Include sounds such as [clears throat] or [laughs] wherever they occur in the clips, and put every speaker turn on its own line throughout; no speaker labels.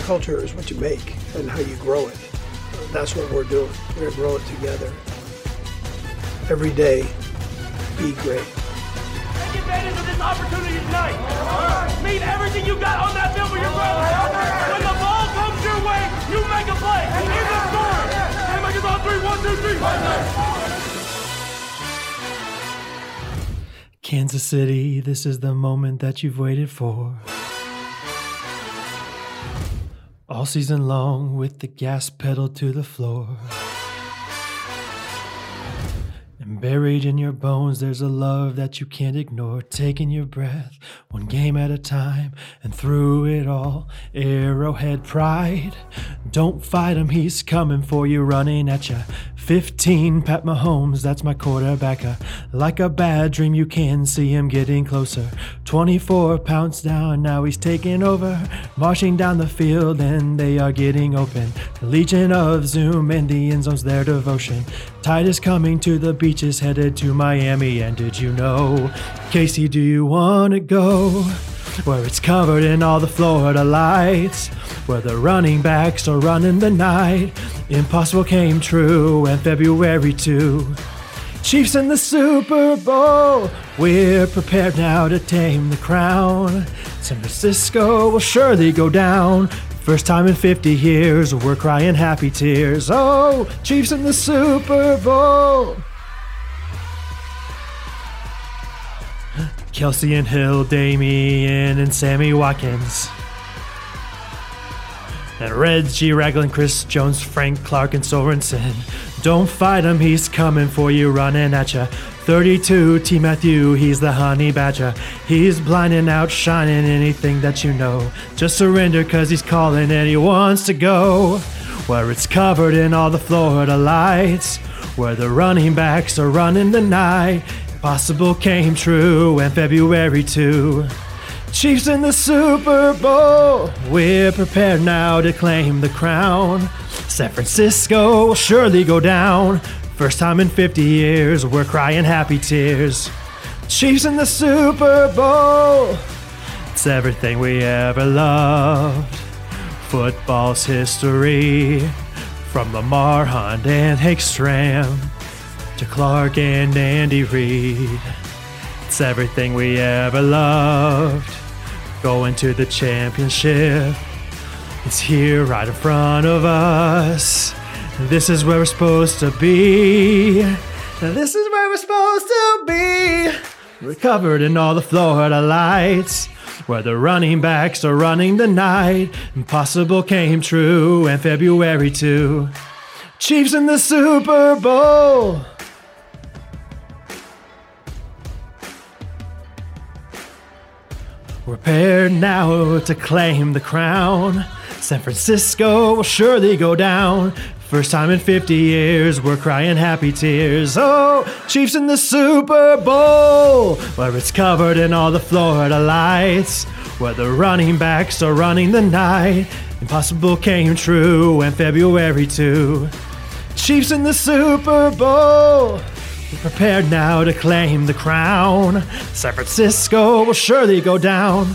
Culture is what you make and how you grow it. That's what we're doing. We're going to grow it together. Every day, be great.
Take advantage of this opportunity tonight. Leave everything you got on that field for your brothers. When the ball comes your way, you make a play. Here's the score. Hey, make it all three. One, two, three.
Kansas City, this is the moment that you've waited for. All season long, with the gas pedal to the floor. And buried in your bones, there's a love that you can't ignore. Taking your breath, one game at a time, and through it all, arrowhead pride. Don't fight him, he's coming for you, running at ya. 15, Pat Mahomes, that's my quarterback. Uh, Like a bad dream, you can see him getting closer. 24 pounds down, now he's taking over. Marching down the field, and they are getting open. The Legion of Zoom in the end zone's their devotion. Tide is coming to the beaches, headed to Miami. And did you know, Casey, do you want to go? Where it's covered in all the Florida lights, where the running backs are running the night. Impossible came true, and February too. Chiefs in the Super Bowl. We're prepared now to tame the crown. San Francisco will surely go down. First time in 50 years, we're crying happy tears. Oh, Chiefs in the Super Bowl. Kelsey and Hill, Damien and Sammy Watkins. And Reggie Raglan, Chris Jones, Frank Clark, and Sorensen. Don't fight him, he's coming for you, running at ya. 32, T. Matthew, he's the honey badger. He's blinding out, shining anything that you know. Just surrender, cause he's calling and he wants to go. Where it's covered in all the Florida lights. Where the running backs are running the night. Impossible came true, and February too. Chiefs in the Super Bowl. We're prepared now to claim the crown. San Francisco will surely go down. First time in 50 years, we're crying happy tears. Chiefs in the Super Bowl. It's everything we ever loved. Football's history. From Lamar Hunt and Hickstram to Clark and Andy Reid. It's everything we ever loved. Going to the championship. It's here right in front of us. This is where we're supposed to be. This is where we're supposed to be. We're covered in all the Florida lights. Where the running backs are running the night. Impossible came true, and February too. Chiefs in the Super Bowl. We're paired now to claim the crown. San Francisco will surely go down. First time in 50 years, we're crying happy tears. Oh, Chiefs in the Super Bowl, where it's covered in all the Florida lights, where the running backs are running the night. Impossible came true, and February too. Chiefs in the Super Bowl. We're prepared now to claim the crown. San Francisco will surely go down.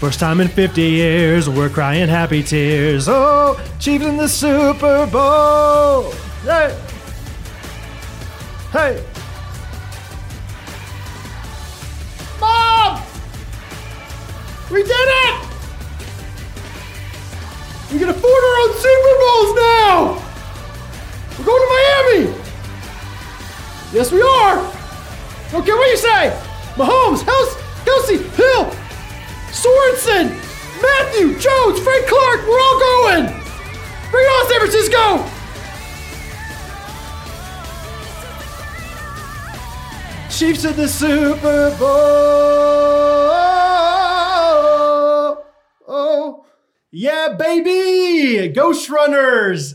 First time in 50 years, we're crying happy tears. Oh, Chiefs in the Super Bowl. Hey! Hey! Mom! We did it! We can afford our own Super Bowls now! We're going to Miami! Yes, we are. Don't care what you say. Mahomes, House, Kelsey, Hill, Sorensen, Matthew, Jones, Frank Clark. We're all going. Bring it on, San Francisco. Chiefs in the Super Bowl. Oh, yeah, baby. Ghost Runners.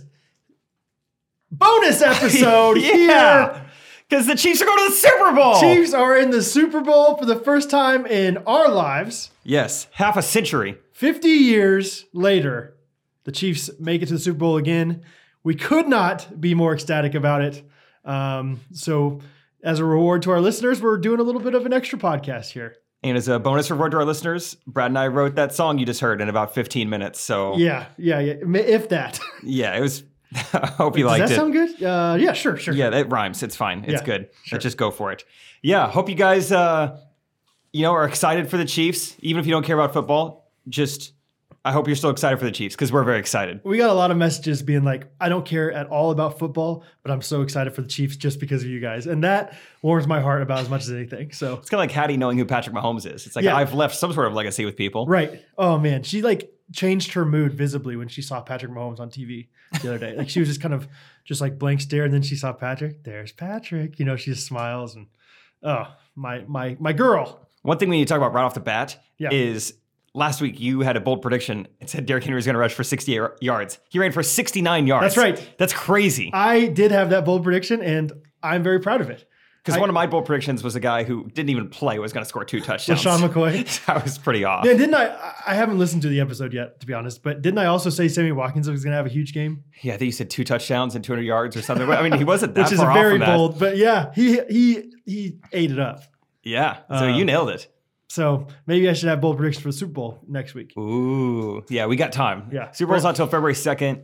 Bonus episode here.
yeah. Because the Chiefs are going to the Super Bowl.
Chiefs are in the Super Bowl for the first time in our lives.
Yes, half a century.
50 years later, the Chiefs make it to the Super Bowl again. We could not be more ecstatic about it. Um, so, as a reward to our listeners, we're doing a little bit of an extra podcast here.
And as a bonus reward to our listeners, Brad and I wrote that song you just heard in about 15 minutes. So yeah,
Yeah, yeah, yeah. ma- If that. [laughs]
it was. [laughs] I hope you
Does
liked
that
it.
sound good? Uh, yeah, sure, sure.
Yeah, that rhymes. It's fine. It's
Yeah,
good.
sure.
Just go for it. Yeah. Hope you guys, uh, you know, are excited for the Chiefs. Even if you don't care about football, just I hope you're still excited for the Chiefs because we're very excited.
We got a lot of messages being like, I don't care at all about football, but I'm so excited for the Chiefs just because of you guys. And that warms my heart about as much as anything. So,
It's kind of like Hattie knowing who Patrick Mahomes is. It's like
Yeah.
I've left some sort of legacy with people.
right. Oh, man. She like changed her mood visibly when she saw Patrick Mahomes on TV the other day. Like, she was just kind of just like blank stare. And then she saw Patrick. There's Patrick. You know, she just smiles and, oh, my, my, my girl.
One thing we need to talk about right off the bat
Yeah.
is last week you had a bold prediction and said Derrick Henry was going to rush for 68 yards. He ran for 69 yards.
That's right.
That's crazy.
I did have that bold prediction and I'm very proud of it.
Because
I-
one of my bold predictions was a guy who didn't even play was going to score two touchdowns.
LaShawn McCoy.
[laughs] that was pretty off.
Yeah, didn't I? I- I haven't listened to the episode yet, to be honest. But didn't I also say Sammy Watkins was going to have a huge game,
Yeah, I think you said two touchdowns and 200 yards or something. I mean, he wasn't
[laughs]
that
which is
far off
very
from that.
bold. But yeah, he he he ate it up.
Yeah, so
Uh,
you nailed it.
So maybe I should have bold predictions for the Super Bowl next week.
Ooh, yeah, we got time.
Yeah.
Super Bowl's not until February 2nd,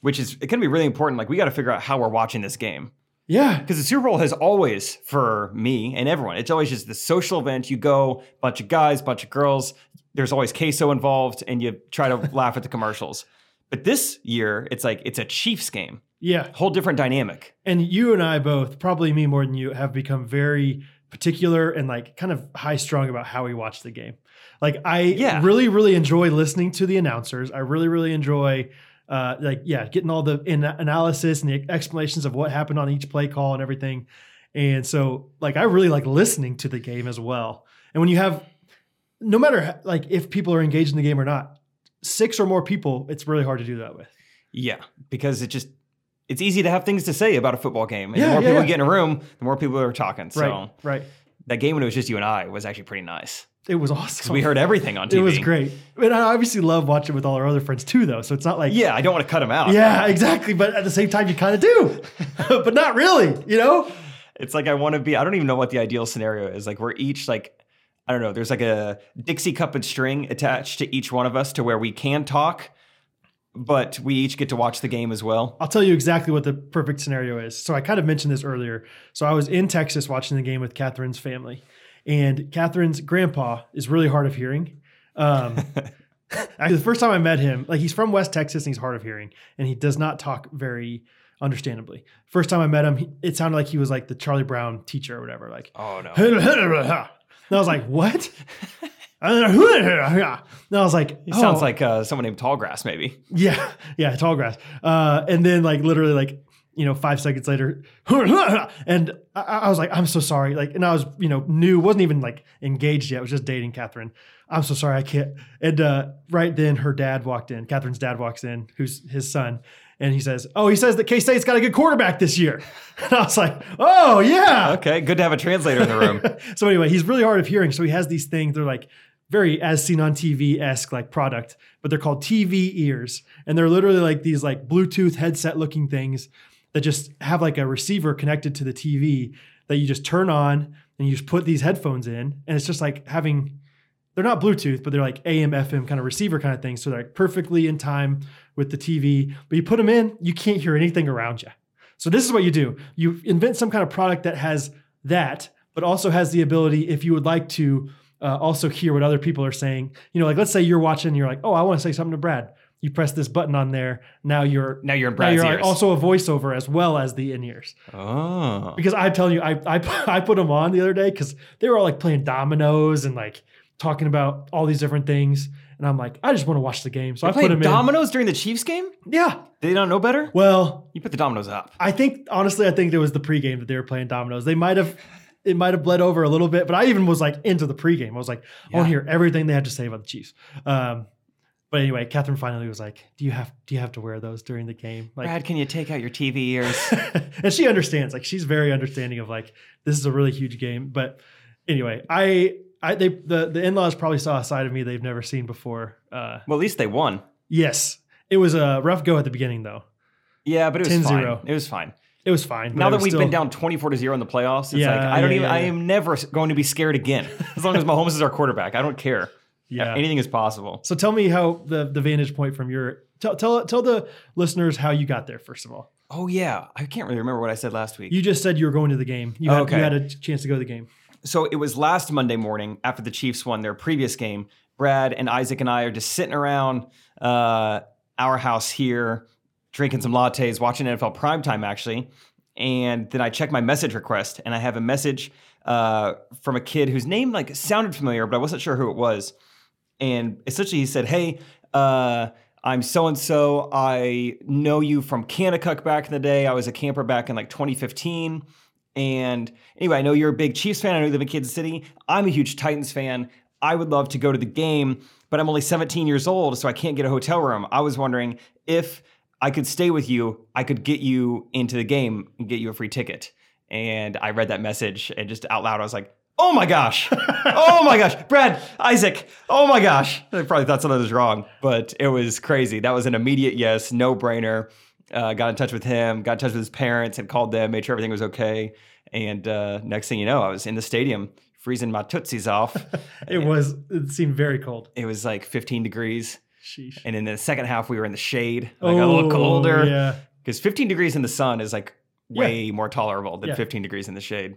which is it going to be really important. Like, we got to figure out how we're watching this game
Yeah,
because the Super Bowl has always for me and everyone. It's always just the social event. You go, bunch of guys, bunch of girls. There's always queso involved, and you
[laughs]
try to laugh at the commercials. But this year, it's like it's a Chiefs game,
yeah.
whole different dynamic.
And you and I both, probably me more than you, have become very particular and like kind of high strung about how we watch the game. Like I
Yeah.
really, really enjoy listening to the announcers. I really, really enjoy uh, like yeah, getting all the in- analysis and the explanations of what happened on each play call and everything. And so like I really like listening to the game as well. And when you have no matter h- like if people are engaged in the game or not, six or more people, it's really hard to do that with.
Yeah, because it just it's easy to have things to say about a football game. And
Yeah,
the more
yeah,
people
yeah.
you get in a room, the more people are talking. So
Right. Right.
that game when it was just you and I was actually pretty nice.
It was awesome.
We heard everything on TV.
Oh. It was great. And I obviously love watching with all our other friends too, though. So it's not like
Yeah, I don't want to cut them out.
yeah, exactly. But at the same time, you kind of do, [laughs] but not really. You know?
It's like I want to be I don't even know what the ideal scenario is. Like we're each like I don't know, there's like a Dixie cup and string attached to each one of us to where we can talk, but we each get to watch the game as well.
I'll tell you exactly what the perfect scenario is. So I kind of mentioned this earlier. So I was in Texas watching the game with Catherine's family, and Catherine's grandpa is really hard of hearing. Um, [laughs] actually, the first time I met him, like he's from West Texas and he's hard of hearing, and he does not talk very understandably. First time I met him, he- it sounded like he was like the Charlie Brown teacher or whatever. Like,
Oh no.
And I was like,
[laughs]
what? And I was like,
He
oh,
sounds like uh, someone named Tallgrass, maybe.
[laughs] yeah, yeah, tall grass. Uh, and then like literally like, you know, five seconds later, and I, I was like, I'm so sorry. Like, and I was, you know, new, wasn't even like engaged yet. I was just dating Catherine. I'm so sorry. I can't. And, uh, right then her dad walked in, Catherine's dad walks in, who's his son. And he says, oh, he says that K-State's got a good quarterback this year. [laughs] And I was like, oh yeah
Okay, good to have a translator in the [laughs] room.
[laughs] so anyway, he's really hard of hearing. So he has these things. They're like very as seen on TV esque like product, but they're called TV ears, and they're literally like these like Bluetooth headset looking things that just have like a receiver connected to the TV that you just turn on and you just put these headphones in, and it's just like having. They're not Bluetooth, but they're like AM, FM kind of receiver kind of thing. So they're like perfectly in time with the TV. But you put them in, you can't hear anything around you. So this is what you do. You invent some kind of product that has that, but also has the ability, if you would like to, uh, also hear what other people are saying. You know, like let's say you're watching, and you're like, oh, I want to say something to Brad. You press this button on there. Now you're
Now you're in
now
Brad's
you're like,
ears.
also a voiceover as well as the in ears.
oh.
Because I tell you, I [laughs] I, I put them on the other day because they were all like playing dominoes and like talking about all these different things. And I'm like, I just want to watch the game, so I put
played
them
dominoes during the Chiefs game?
in. Yeah.
They don't know better?
Well,
You put the dominoes up.
I think honestly, I think it was the pregame that they were playing dominoes. They might have it might have bled over a little bit, but I even was like into the pregame. I was like, I want to
Yeah.
hear everything they had to say about the Chiefs. Um, but anyway, Catherine finally was like, "Do you have do you have to wear those during the game?" Like,
Brad, can you take out your TV ears?
[laughs] and she understands. Like, she's very understanding of like this is a really huge game. But anyway, I. I, they the, the in-laws probably saw a side of me they've never seen before. Uh,
[laughs] well, at least they won.
yes, it was a rough go at the beginning though.
Yeah, but it was
10-0.
fine. It was fine.
It was fine. but
Now
it
that
was
we've
still-
been down 24 to 0 in the playoffs, it's
Yeah,
like I don't
yeah,
even
yeah,
I
yeah.
am never s- going to be scared
[laughs]
again. As long as Mahomes is our quarterback, I don't care.
Yeah.
Anything is possible.
So tell me how the the vantage point from your tell tell tell the listeners how you got there. First of all,
Oh yeah, I can't really remember what I said last week.
you just said you were going to the game. You had,
Okay.
you had a chance to go to the game.
so it was last Monday morning after the Chiefs won their previous game. Brad and Isaac and I are just sitting around uh, our house here, drinking some lattes, watching NFL primetime actually. And then I check my message request, and I have a message uh, from a kid whose name like sounded familiar, but I wasn't sure who it was. And essentially, he said, "Hey, uh, I'm so and so. I know you from Kanakuk back in the day. I was a camper back in like 2015." And anyway, I know you're a big Chiefs fan. I know you live in Kansas City. I'm a huge Titans fan. I would love to go to the game, but I'm only 17 years old, so I can't get a hotel room. I was wondering if I could stay with you, I could get you into the game and get you a free ticket. And I read that message and just out loud, I was like, oh my gosh. oh my gosh. Brad, Isaac, oh my gosh. I probably thought something was wrong, but it was crazy. That was an immediate yes, no brainer. Uh, got in touch with him, got in touch with his parents, and called them, made sure everything was okay. And uh, next thing you know, I was in the stadium freezing my tootsies off.
It was it seemed very cold.
it was like 15 degrees.
Sheesh.
And in the second half, we were in the shade. I got a little colder
Oh, Yeah.
because 15 degrees in the sun is like way more tolerable than
Yeah.
15 degrees in the shade.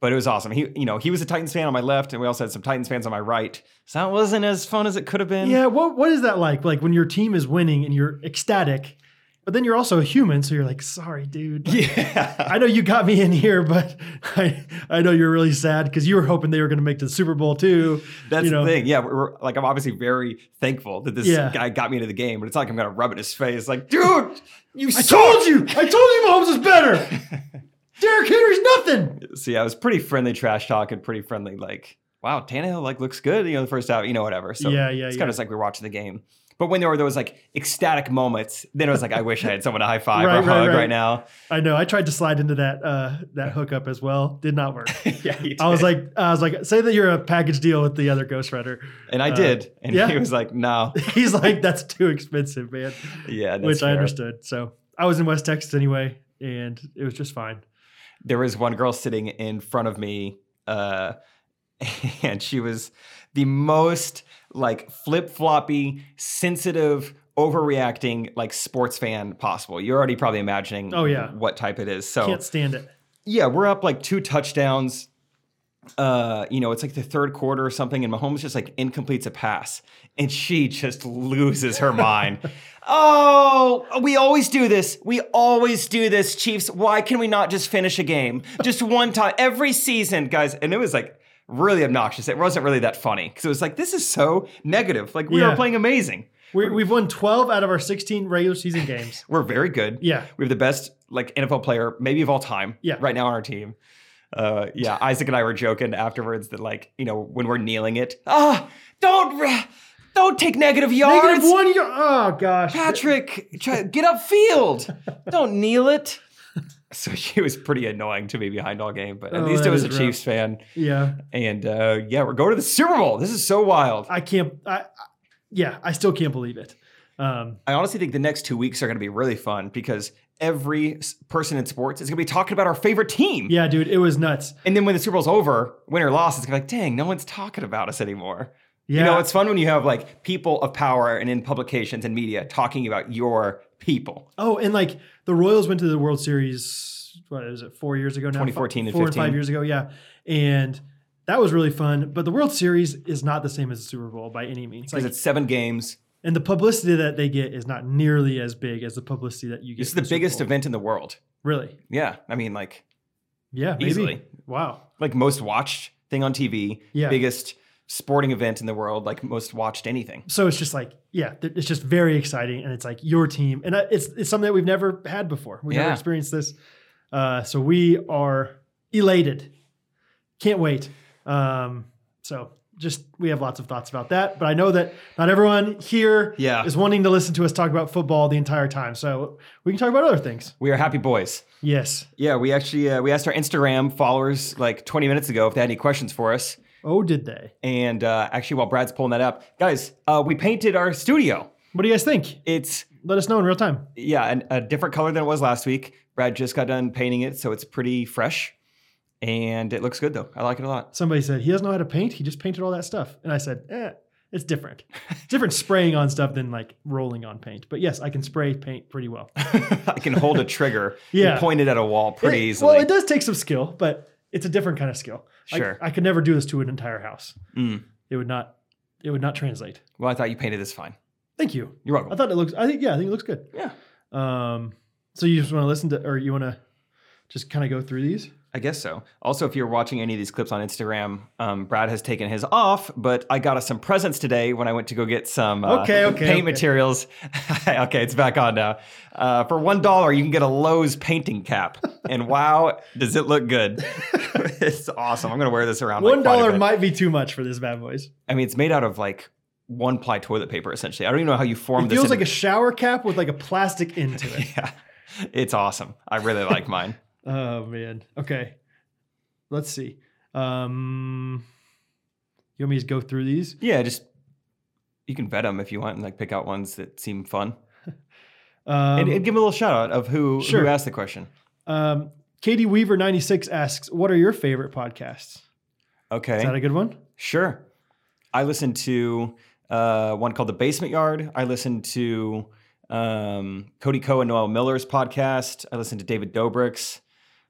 But it was awesome. He, you know, he was a Titans fan on my left, and we also had some Titans fans on my right. So that wasn't as fun as it could have been.
Yeah. What what is that like? Like when your team is winning and you're ecstatic, but then you're also a human, so you're like, sorry, dude.
yeah.
I know you got me in here, but [laughs] I I know you're really sad because you were hoping they were going to make to the Super Bowl too.
[laughs] That's
you know.
the thing. Yeah, we're, we're- like I'm obviously very thankful that this
Yeah.
guy got me into the game, but it's not like I'm gonna rub it in his face. Like, dude, you
I
suck.
told you! I told you Mahomes is
[laughs]
better! Derrick Henry's nothing!
So yeah, it was pretty friendly trash talk and pretty friendly. Like, wow, Tannehill like looks good. You know, the first out, you know, whatever. So
Yeah, yeah,
It's
yeah.
kind of just like we were watching the game. But when there were those like ecstatic moments, then it was like, I wish I had someone to high
[laughs]
five
Right,
or
right,
hug right,
right.
now.
I know. I tried to slide into that uh, that hookup as well. Did not work.
[laughs] yeah, you
I was
did.
like, I was like, say that you're a package deal with the other ghostwriter.
and I
uh,
did, and
yeah.
he was like, no,
[laughs] He's like, that's too expensive, man.
yeah, that's
Which I
fair.
understood. So I was in West Texas anyway, and it was just fine.
There was one girl sitting in front of me, uh, [laughs] and she was the most like flip floppy, sensitive, overreacting like sports fan possible. You're already probably imagining,
Oh, yeah.
what type it is. So
Can't stand it.
yeah, we're up like two touchdowns. Uh, you know, it's like the third quarter or something, and Mahomes just like incompletes a pass, and she just loses her mind. Oh, we always do this. We always do this, Chiefs. Why can we not just finish a game just one time every season, guys? And it was like really obnoxious. It wasn't really that funny because it was like this is so negative. Like we
Yeah.
are playing amazing.
we we've won 12 out of our 16 regular season
[laughs]
games.
We're very good.
Yeah.
We have the best like NFL player maybe of all time
Yeah.
right now on our team. Uh, yeah, Isaac and I were joking afterwards that like, you know, when we're kneeling it, ah, don't ra- don't take negative yards.
Negative one year. Oh, gosh.
Patrick, try, get upfield. Don't kneel it. [laughs] So she was pretty annoying to me behind all game, but at
Oh,
least
that
I was a
is rough.
Chiefs fan.
Yeah.
And uh, yeah, we're going to the Super Bowl. This is so wild.
I can't. I, I yeah, I still can't believe it. Um,
I honestly think the next two weeks are going to be really fun because every s- person in sports is going to be talking about our favorite team.
yeah, dude, it was nuts.
And then when the Super Bowl's over, win or loss, it's gonna be like, dang, no one's talking about us anymore.
Yeah,
You know, it's fun when you have like people of power and in publications and media talking about your people.
oh, and like the Royals went to the World Series. What is it? Four years ago now.
2014 and
four or
15.
five years ago. Yeah, and that was really fun. But the World Series is not the same as the Super Bowl by any means.
Because
Like,
it's seven games.
and the publicity that they get is not nearly as big as the publicity that you get.
This is
in
the
Super
biggest
Bowl.
event in the world.
Really?
Yeah. I mean, like
Yeah. Maybe.
Easily.
Wow.
like most watched thing on TV,
Yeah.
biggest sporting event in the world, like most watched anything.
so it's just like yeah th- it's just very exciting and it's like your team and I- it's it's something that we've never had before we've never
Yeah.
experienced this uh, so we are elated can't wait um, so just we have lots of thoughts about that but i know that not everyone here is
Yeah.
wanting to listen to us talk about football the entire time so we can talk about other things
We are happy boys.
yes
Yeah, we actually uh, we asked our Instagram followers like 20 minutes ago if they had any questions for us.
oh did they
And uh, actually, while Brad's pulling that up, guys, uh, we painted our studio.
what do you guys think
It's
Let us know in real time.
Yeah, and a different color than it was last week. Brad just got done painting it, so it's pretty fresh, and it looks good though. I like it
[laughs]
a lot.
Somebody said he doesn't know how to paint. He just painted all that stuff, and I said, eh, it's
[laughs]
different. It's different spraying on stuff than like rolling on paint. But yes, I can spray paint pretty well.
I can hold a trigger
Yeah.
and point it at a wall [laughs] pretty
It-
easily.
Well, it does take some skill, but it's a different kind of skill. I-
Sure.
I, could never do this to an entire house.
Mm.
It would not. It would not translate.
Well, I thought you painted this fine.
Thank you.
You're
I
welcome.
thought it looks. I think yeah. I think it looks good.
Yeah.
Um. So you just want to listen to, or you want to just kind of go through these?
I guess so. Also, if you're watching any of these clips on Instagram, um, Brad has taken his off, but I got us some presents today when I went to go get some uh,
Okay, okay,
paint
okay.
materials. [laughs] okay, it's back on now. Uh, for one dollar, you can get a Lowe's painting cap, and wow, does it look good! [laughs] it's awesome. I'm gonna wear this around. like,
One
quite a
dollar
bit.
might be too much for this bad boys.
I mean, it's made out of like one ply toilet paper essentially. I don't even know how you form
It
this.
feels
into-
like a shower cap with like a plastic end to it.
[laughs] yeah, it's awesome. I really like
[laughs]
mine.
oh man. Okay. Let's see. Um. You want me to just go through these?
Yeah, just you can vet them if you want and like pick out ones that seem fun.
Um,
and, and give them a little shout out of who
Sure.
who asked the question.
Um, Katie Weaver ninety six asks, "What are your favorite podcasts?
Okay,
Is that a good one?
sure. I listened to uh, one called The Basement Yard. I listened to um, Cody Coe and Noel Miller's podcast. I listened to David Dobrik's.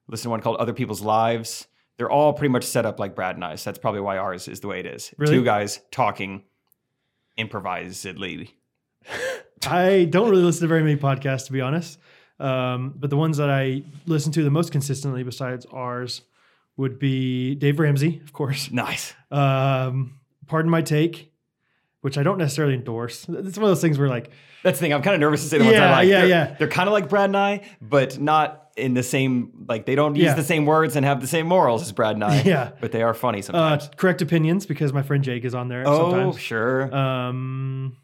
I listened to one called Other People's Lives. They're all pretty much set up like Brad and I's. That's probably why ours is the way it is.
Really?
Two guys talking improvisedly.
I don't really listen to very many podcasts, to be honest. Um, but the ones that I listen to the most consistently, besides ours, would be Dave Ramsey, of course.
Nice.
Um, Pardon my take, which I don't necessarily endorse. It's one of those things where like
That's the thing. I'm kind of nervous to say the ones I
Yeah,
like.
yeah,
they're,
yeah.
They're kind of like Brad and I, but not in the same. Like they don't use
Yeah.
the same words and have the same morals as Brad and I.
[laughs] Yeah.
but they are funny
uh,
sometimes.
correct opinions because my friend Jake is on there
oh,
sometimes.
sure.
Um,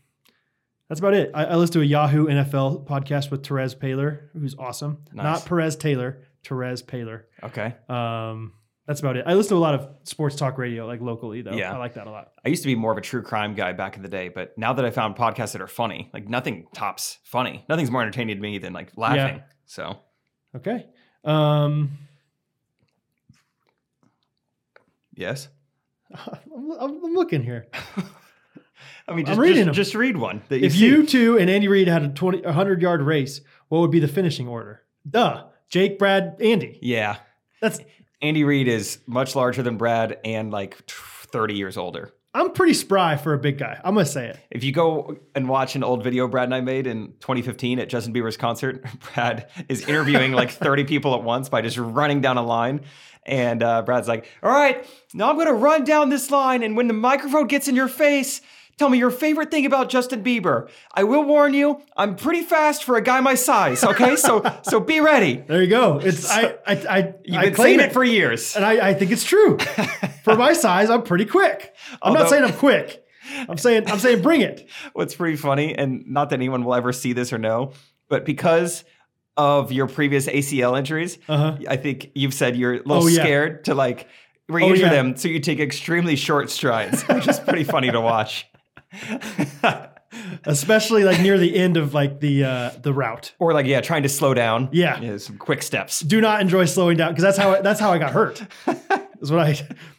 that's about it. I, I listen to a Yahoo NFL podcast with Therese Paler, who's awesome.
Nice.
Not Perez Taylor, Therese Paler.
okay.
Um, that's about it. I listen to a lot of sports talk radio, like locally though.
Yeah.
I like that a lot.
I used to be more of a true crime guy back in the day, but now that I found podcasts that are funny, like nothing tops funny. Nothing's more entertaining to me than like laughing. So
Okay. Um,
yes,
I'm, I'm I'm looking
[laughs]
here.
I mean, just,
reading
just,
them.
just read one. That you
If
see.
you two and Andy Reid had a 20, a 100 yard race, what would be the finishing order? Duh. Jake, Brad, Andy.
yeah,
That's
Andy Reid is much larger than Brad and like t- thirty years older.
I'm pretty spry for a big guy. I'm gonna say it.
If you go and watch an old video Brad and I made in 2015 at Justin Bieber's concert, [laughs] Brad is interviewing like 30 people at once by just running down a line. And uh, Brad's like, All right, now I'm going to run down this line. And when the microphone gets in your face, tell me your favorite thing about Justin Bieber. I will warn you, I'm pretty fast for a guy my size. Okay, so so be ready.
There you go.
[laughs]
It's I I I,
You've
I
been
claim
saying
it
it for years.
and I, I think it's true. For my size, I'm pretty quick. I'm not
Although-
saying I'm quick. I'm saying I'm saying bring it.
what's pretty funny, and not that anyone will ever see this or know, but because of your previous ACL injuries,
Uh-huh.
I think you've said you're a little
Oh, yeah. Oh,
scared to like re-injure
yeah.
them, so you take extremely short strides, which is pretty funny
[laughs]
to watch.
Especially like near the end of like the uh, the route.
or like, yeah, trying to slow down.
Yeah.
some quick steps.
Do not enjoy slowing down because that's how I, that's how I got hurt. Is what I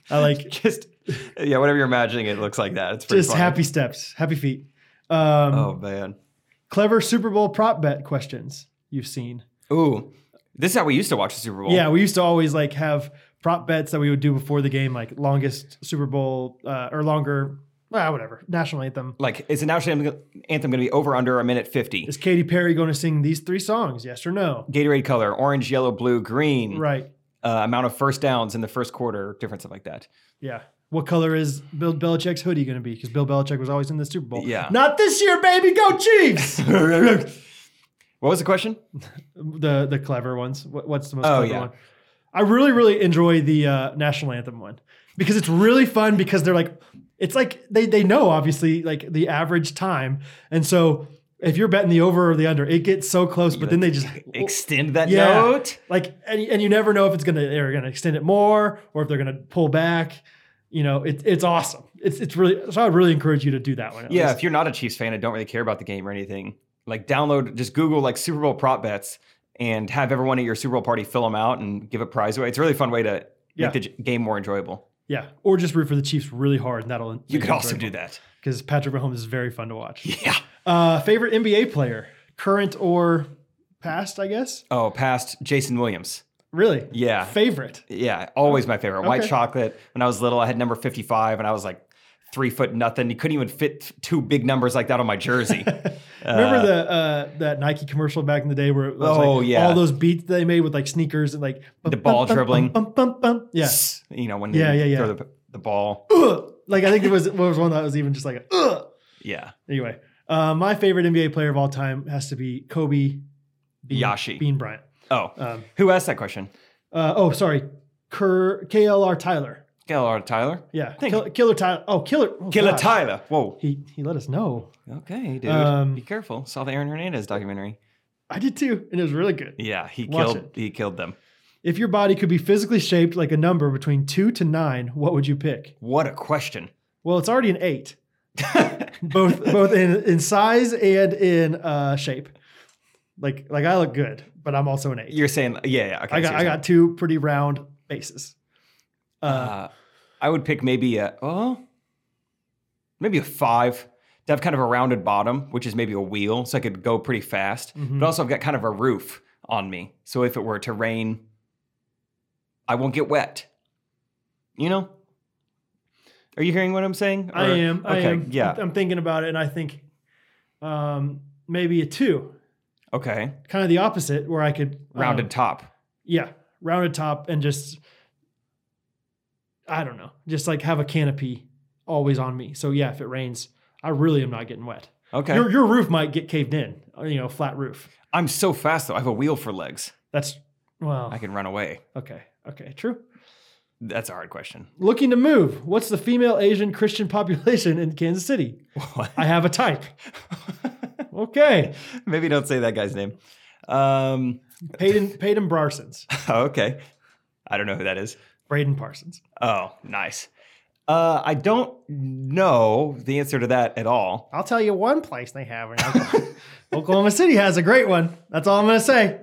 I like
[laughs] Just yeah, whatever you're imagining, it looks like that. It's pretty
just
funny.
happy steps, happy feet. Um,
Oh man.
Clever Super Bowl prop bet questions you've seen.
Ooh, this is how we used to watch the Super Bowl.
Yeah, we used to always like have prop bets that we would do before the game, like longest Super Bowl uh, or longer, well, whatever national anthem.
Like, is the national anthem going to be over under a minute fifty?
Is Katy Perry going to sing these three songs? Yes or no?
Gatorade color, orange, yellow, blue, green.
Right.
uh, amount of first downs in the first quarter, different stuff like that. [laughs]
Yeah. What color is Bill Belichick's hoodie going to be? Because Bill Belichick was always in the Super Bowl.
Yeah.
Not this year, baby. Go Chiefs. [laughs]
What was the question?
the the clever ones. What, what's the most
Oh,
clever
yeah.
one? I really really enjoy the uh, national anthem one because it's really fun because they're like it's like they they know obviously like the average time and so if you're betting the over or the under it gets so close but then they just
[laughs] Extend that
yeah
note.
like and, and you never know if it's gonna they're gonna extend it more or if they're gonna pull back you know it, it's awesome it's it's really so I would really encourage you to do that one at
Yeah,
least.
if you're not a Chiefs fan and don't really care about the game or anything, Like download, just Google like Super Bowl prop bets and have everyone at your Super Bowl party fill them out and give a prize away. It's a really fun way to
Yeah.
make the j- game more enjoyable.
Yeah, or just root for the Chiefs really hard, and that'll
You could also do that.
because Patrick Mahomes is very fun to watch.
Yeah.
Uh, favorite NBA player, current or past, I guess.
Oh, past Jason Williams.
Really?
Yeah.
Favorite.
Yeah, always my favorite. White
Okay.
chocolate. When I was little, I had number 55 and I was like three foot nothing. You couldn't even fit two big numbers like that on my
[laughs]
jersey.
Remember the uh, that Nike commercial back in the day where it was
Oh,
like
yeah.
all those beats they made with like sneakers and like bum,
The
bum,
ball
bum,
dribbling.
Bum, bum, bum, bum. Yeah.
You know, when
Yeah,
they
yeah, yeah.
throw the, the ball.
Ugh. like I think it was what was one that was even just like a, Ugh.
Yeah.
anyway. Uh, my favorite NBA player of all time has to be Kobe Bean,
Yashi.
Bean Bryant.
Oh,
Um,
who asked that question?
uh, oh, sorry, Kerr, KLR Tyler.
Killer Tyler?
Yeah,
Thank
Kill, Killer Tyler. Oh, Killer oh,
Killer
gosh.
Tyler. Whoa.
He he let us know.
Okay, dude.
Um,
Be careful. Saw the Aaron Hernandez documentary.
I did too, and it was really good.
Yeah, he
Watch
killed
it.
he killed them.
If your body could be physically shaped like a number between two to nine, what would you pick?
What a question.
Well, it's already an
[laughs]
eight, both both in, in size and in uh, shape. Like like I look good, but I'm also an eight.
You're saying yeah, yeah. Okay,
I got I
seriously.
got two pretty round bases.
Uh, I would pick maybe a oh, maybe a five to have kind of a rounded bottom, which is maybe a wheel, so I could go pretty fast.
Mm-hmm.
But also, I've got kind of a roof on me, so if it were to rain, I won't get wet. You know? Are you hearing what I'm saying?
I
Or-
am. I
okay.
am.
Yeah.
I'm thinking about it, and I think um, maybe a two,
Okay.
kind of the opposite, where I could um,
Rounded top.
yeah, rounded top, and just I don't know, just like have a canopy always on me. So yeah, if it rains, I really am not getting wet.
Okay.
Your your roof might get caved in. or, You know, flat roof.
I'm so fast though. I have a wheel for legs.
That's well,
I can run away.
okay, okay, true.
That's a hard question. [laughs]
Looking to move. What's the female Asian Christian population in Kansas City? I have a type. Okay.
maybe don't say that guy's name. Um,
Peyton Peyton Barsons.
Oh, okay. I don't know who that is.
Braden Parsons.
Oh, nice. Uh, I don't know the answer to that at all.
I'll tell you one place they have in Oklahoma. [laughs] Oklahoma City has a great one. That's all I'm gonna say.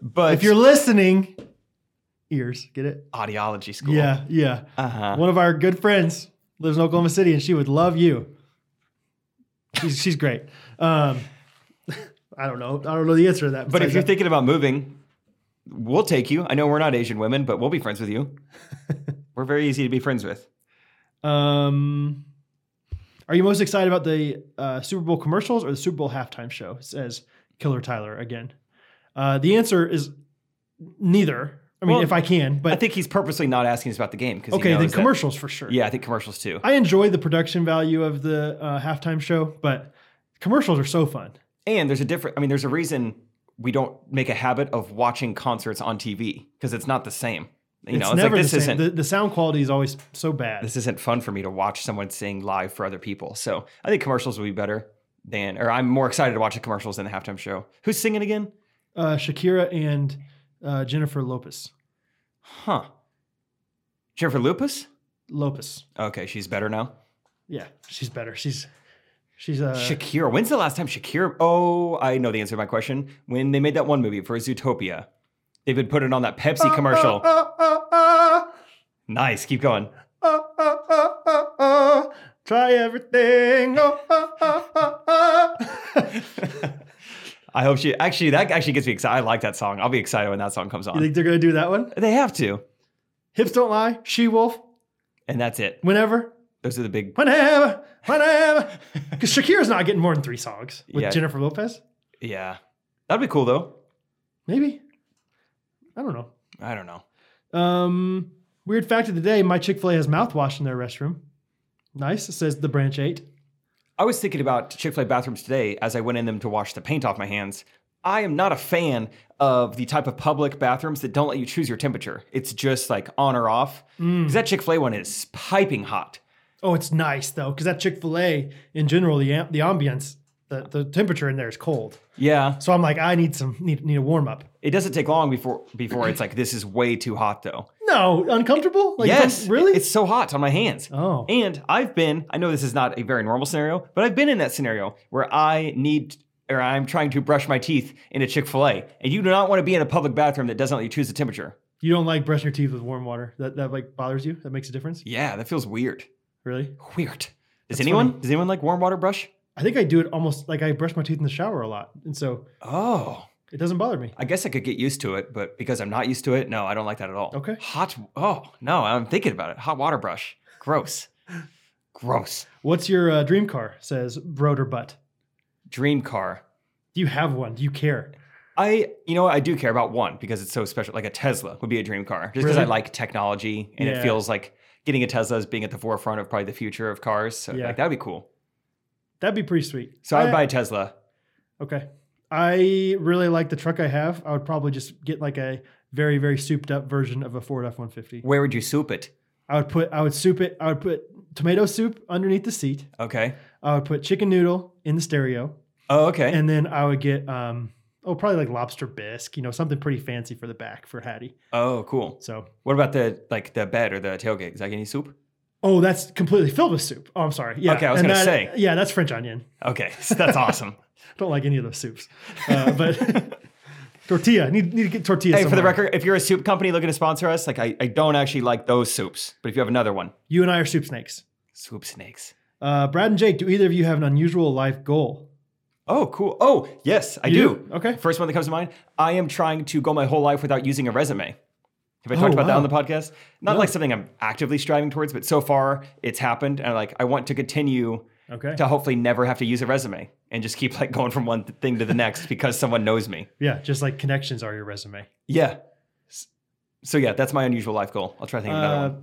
But
If you're listening, ears, get it?
audiology school,
Yeah, yeah.
uh-huh.
One of our good friends lives in Oklahoma City and she would love you. She's she's great. Um [laughs] I don't know. I don't know the answer to that.
But if
besides
you're
that.
thinking about moving, we'll take you. I know we're not Asian women, but we'll be friends
[laughs]
with you. we're very easy to be friends with.
Um, are you most excited about the uh, Super Bowl commercials or the Super Bowl halftime show? Says Killer Tyler again. Uh, the answer is neither. I mean,
Well,
if I can, but
I think he's purposely not asking us about the game because
okay,
he
then
knows that-
commercials for sure.
Yeah, I think commercials too.
I enjoy the production value of the uh, halftime show, but commercials are so fun.
And there's a different. I mean, there's a reason we don't make a habit of watching concerts on TV because it's not the same. You
it's
know, it's
never
like this
the same.
isn't
The, the sound quality is always so bad.
this isn't fun for me to watch someone sing live for other people. So I think commercials will be better than, or I'm more excited to watch the commercials than the halftime show. Who's singing again?
uh, Shakira and uh, Jennifer Lopez.
Huh. Jennifer Lupus?
Lopez.
Okay, she's better now.
Yeah, she's better. She's she's uh,
Shakira. When's the last time Shakira? Oh, I know the answer to my question. When they made that one movie for Zootopia, they would put it on that
Uh,
Pepsi commercial. Nice. Keep going.
oh, oh, oh, oh, oh. Try everything. Oh, oh, oh, oh, oh.
I hope she actually, that actually gets me excited. I like that song. I'll be excited when that song comes
you
on.
think they're gonna do that one?
They have to.
Hips don't lie. She wolf.
And that's it.
Whenever,
Those are the big,
whenever, whenever. Because Shakira's not getting more than three songs with
Yeah.
Jennifer Lopez.
yeah. That'd be cool though.
Maybe. I don't know.
I don't know.
Um, weird fact of the day: My Chick Fil A has mouthwash in their restroom. Nice, says the Branch Eight.
I was thinking about Chick fil A bathrooms today as I went in them to wash the paint off my hands. I am not a fan of the type of public bathrooms that don't let you choose your temperature. It's just like on or off.
Mm.
Because that Chick fil A one is piping hot.
Oh, it's nice though, because that Chick Fil A in general, the am- the ambience, the, the temperature in there is cold.
Yeah.
So I'm like, I need some need need a warm up.
It doesn't take long before before it's like this is way too hot though.
No, uncomfortable. Like,
yes.
some- really?
It's so hot on my hands.
Oh.
And I've been, I know this is not a very normal scenario, but I've been in that scenario where I need or I'm trying to brush my teeth in a Chick fil A, and you do not want to be in a public bathroom that doesn't let you choose the temperature.
You don't like brushing your teeth with warm water. That that like bothers you. That makes a difference.
Yeah, that feels weird.
Really?
Weird. Does
That's
anyone
funny.
does anyone like warm water brush?
I think I do it almost like I brush my teeth in the shower a lot, and so
Oh,
it doesn't bother me.
I guess I could get used to it, but because I'm not used to it, no, I don't like that at all.
Okay.
Hot. Oh no, I'm thinking about it. Hot water brush.
[laughs]
Gross. Gross.
What's your uh, dream car? Says Broder Butt.
Dream car.
Do you have one? Do you care?
I, you know, what, I do care about one because it's so special. Like a Tesla would be a dream car, just because I
Really?
like technology and it
Yeah.
feels like getting a Tesla is being at the forefront of probably the future of cars. So
Yeah.
like that'd be cool.
That'd be pretty sweet.
So I would
I-
buy a Tesla.
Okay. I really like the truck I have. I would probably just get like a very very souped up version of a Ford F one fifty.
Where would you soup it?
I would put I would soup it. I would put tomato soup underneath the seat.
Okay.
I would put chicken noodle in the stereo,
Oh, okay.
and then I would get um oh probably like lobster bisque, you know something pretty fancy for the back for Hattie.
oh, cool.
So
What about the like the bed or the tailgate? Is that any soup?
oh that's completely filled with soup. Oh I'm sorry. Yeah.
Okay, I was
and
gonna
that-
say.
yeah that's French onion.
Okay, [laughs] so that's
[laughs]
awesome.
Don't like any of those soups, uh, but [laughs] tortilla need need to get tortilla.
Hey, for the
somewhere.
record, if you're a soup company looking to sponsor us, like I, I don't actually like those soups, but if you have another one,
you and I are soup snakes.
soup snakes.
Uh, Brad and Jake, do either of you have an unusual life goal?
Oh, cool. Oh, yes, I
You
do.
do? Okay.
First one that comes to mind. I am trying to go my whole life without using a resume. Have I
Oh,
talked about that
wow.
on the podcast? Not like something I'm actively striving towards, but so far it's happened, and like I want to continue
Okay.
to hopefully never have to use a resume and just keep like going from one th- thing to the next because someone knows me.
Yeah, just like connections are your resume.
Yeah. S- So yeah, that's my unusual life goal. I'll try to think of another
Uh,
one.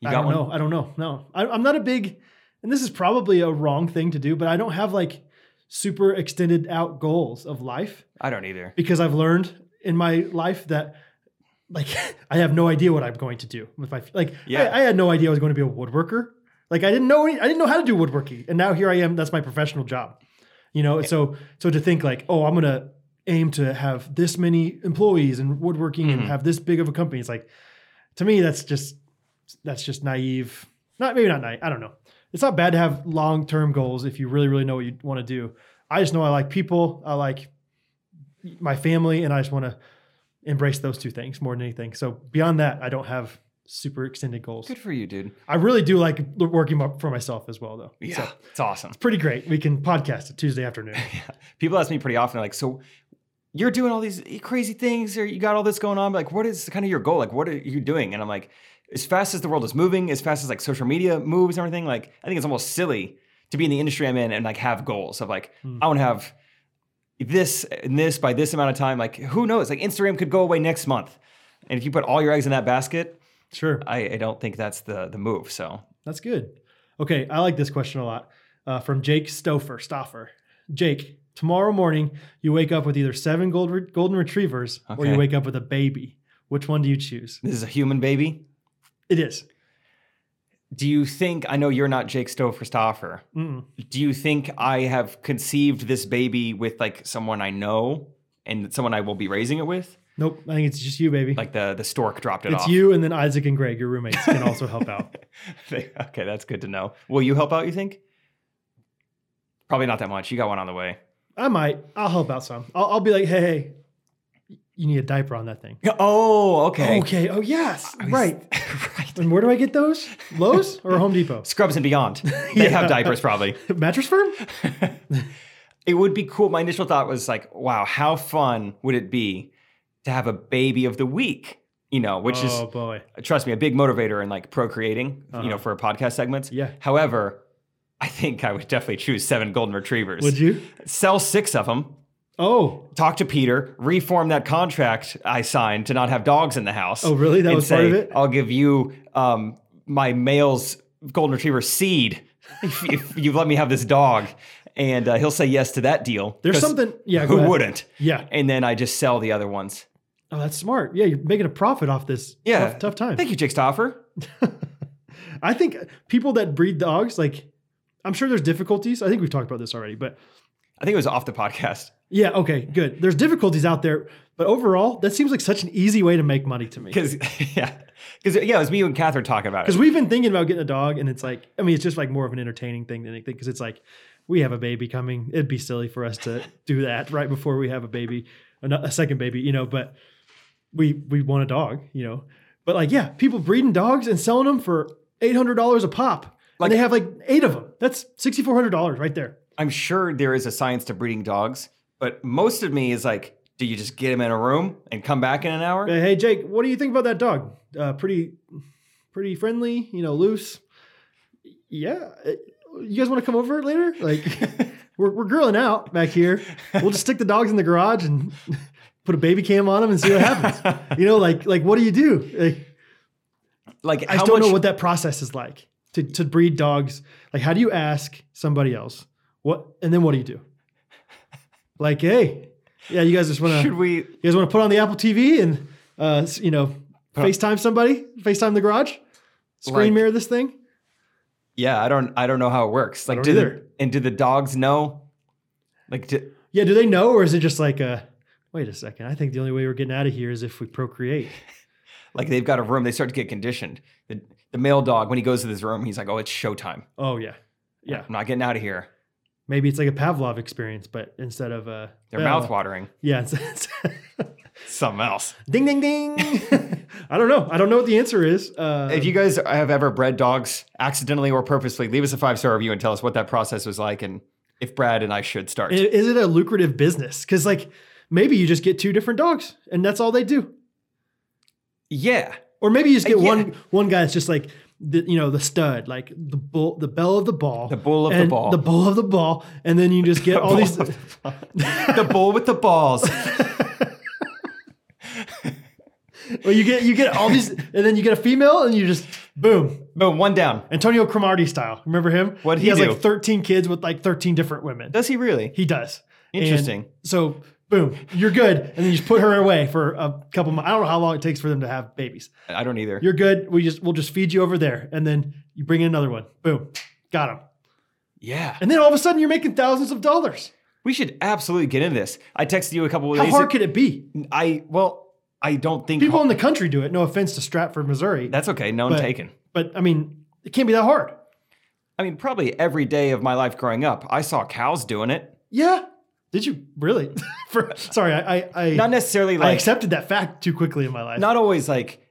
You
I
got
don't
one?
know. I don't know. No, I, I'm not a big, and this is probably a wrong thing to do, but I don't have like super extended out goals of life
I don't either.
because I've learned in my life that like [laughs] I have no idea what I'm going to do with my like.
Yeah.
I, I had no idea I was going to be a woodworker. Like I didn't know any, I didn't know how to do woodworking, and now here I am. That's my professional job. You know, so so to think like, oh, I'm gonna aim to have this many employees in woodworking and have this big of a company. It's like to me, that's just that's just naive. Not maybe not naive. I don't know. It's not bad to have long term goals if you really really know what you want to do. I just know I like people. I like my family, and I just want to embrace those two things more than anything. So beyond that, I don't have super extended goals.
Good for you, dude.
I really do like l- working mo- for myself as well, though.
Yeah, it's awesome.
Pretty great. We can podcast it Tuesday afternoon.
People ask me pretty often, like, so you're doing all these crazy things, or you got all this going on. but, Like, what is kind of your goal? Like, what are you doing? And I'm like, as fast as the world is moving, as fast as like social media moves and everything, like, I think it's almost silly to be in the industry I'm in and like have goals of like, I want to have this and this by this amount of time. Like, who knows? Like, Instagram could go away next month, and if you put all your eggs in that basket,
Sure.
I, I don't think that's the the move. So
That's good. Okay, I like this question a lot uh, from Jake Stoffer. Stoffer, Jake, tomorrow morning you wake up with either seven gold re- golden retrievers or you
Okay.
wake up with a baby. Which one do you choose?
this is a human baby.
It is.
Do you think I know you're not Jake Stoffer?
Mm-mm.
do you think I have conceived this baby with like someone I know and someone I will be raising it with?
Nope. I think it's just you, baby.
Like the the stork dropped it
it's
off. [laughs]
you and then Isaac and Greg, your roommates, can also help out.
okay, that's good to know. Will you help out? You think? Probably not that much. You got one on the way.
I might. I'll help out some. I'll, I'll be like, hey, hey, you need a diaper on that thing.
Oh, okay.
Okay. Oh yes. Right.
[laughs] right.
And where do I get those? Lowe's or Home
[laughs]
Depot?
Scrubs and
[laughs]
Beyond. They have diapers probably.
Mattress Firm?
It would be cool. My initial thought was like, wow, how fun would it be to have a baby of the week? You know, which is
oh
[laughs]
boy.
trust me, a big motivator in like procreating, you know, for podcast segments.
Yeah.
However, I think I would definitely choose seven golden retrievers.
Would you?
Sell six of them,
Oh.
talk to Peter, reform that contract I signed to not have dogs in the house.
Oh, really? That
and
was part
say,
of it?
I'll give you um, my male's golden retriever seed [laughs] if, if you let me have this dog. And uh, he'll say yes to that deal.
There's
'cause
something. Yeah. go
Who
ahead.
wouldn't?
Yeah.
And then I just sell the other ones.
Oh, that's smart. Yeah, you're making a profit off this.
Yeah.
Tough, tough time.
Thank you, Jake Stoffer.
I think people that breed dogs, like, I'm sure there's difficulties. I think we've talked about this already, but
I think it was off the podcast.
yeah. Okay. Good. There's difficulties out there, but overall, that seems like such an easy way to make money to me.
Because [laughs] yeah, because yeah, it was me and Catherine talking about it.
Because we've been thinking about getting a dog, and it's like, I mean, it's just like more of an entertaining thing than anything. Because it's like, we have a baby coming. It'd be silly for us to do that right before we have a baby, ano- a second baby, you know. But we we want a dog, you know. But like, yeah, people breeding dogs and selling them for eight hundred dollars a pop.
Like-
and they have like eight of them. That's sixty four hundred dollars right there.
I'm sure there is a science to breeding dogs, but most of me is like, do you just get them in a room and come back in an hour?
Uh, Hey Jake, what do you think about that dog? Uh, pretty, pretty friendly, you know, loose. Yeah, uh, you guys want to come over later?
[laughs]
Like, we're we're grilling out back here. We'll just stick the dogs in the garage and [laughs] put a baby cam on them and see what happens. you know, like like what do you do? Like,
Like,
I
how
just don't
much,
know what that process is like to to breed dogs. Like, how do you ask somebody else what, and then what do you do? Like, hey, yeah, you guys just want to
should we?
you guys want to put on the Apple TV and uh, s- you know FaceTime somebody, FaceTime the garage, screen
Like-
mirror this thing.
Yeah, I don't. I don't know how it works. Like,
don't
do the,
either.
and do the dogs know? Like, do,
Yeah, do they know, or is it just like a wait a second? I think the only way we're getting out of here is if we procreate.
like they've got a room. They start to get conditioned. The, the male dog, when he goes to this room, he's like, "Oh, it's showtime.
Oh yeah, yeah.
I'm not getting out of here."
Maybe it's like a Pavlov experience, but instead of uh,
They're
well,
mouth watering.
Yeah, it's, [laughs] it's-
Something else.
ding ding ding. [laughs] I don't know. I don't know what the answer is. Uh,
If you guys have ever bred dogs accidentally or purposely, leave us a five star review and tell us what that process was like and if Brad and I should start.
I- Is it a lucrative business? Because like maybe you just get two different dogs and that's all they do,
yeah.
or maybe you just get
Yeah.
one one guy that's just like the you know the stud, like the bull, the bell of the ball,
The bull of the
and
ball.
the bull of the ball, and then you
[laughs]
just get all these.
bull the bull with
[laughs]
the balls.
Well, you get you get all these, and then you get a female, and you just boom,
Boom, one down.
Antonio Cromartie style. Remember him?
What'd
he,
he
has
do?
like thirteen kids with like thirteen different women.
Does he really?
He does. And
Interesting.
so boom, you're good, and then you just put her away for a couple. Months. I don't know how long it takes for them to have babies.
I don't either.
You're good. We just we'll just feed you over there, and then you bring in another one. Boom, got him.
yeah.
And then all of a sudden, you're making thousands of dollars.
We should absolutely get into this. I texted you a couple of
How
days
hard could it be?
I well, I don't think
People in the country do it. No offense to Stratford, Missouri,
that's okay. No one
But-
taken.
but I mean, it can't be that hard.
I mean, probably every day of my life growing up, I saw cows doing it.
Yeah. Did you really? [laughs] For, sorry, I I, I,
Not necessarily
I
like
accepted that fact too quickly in my life.
not always like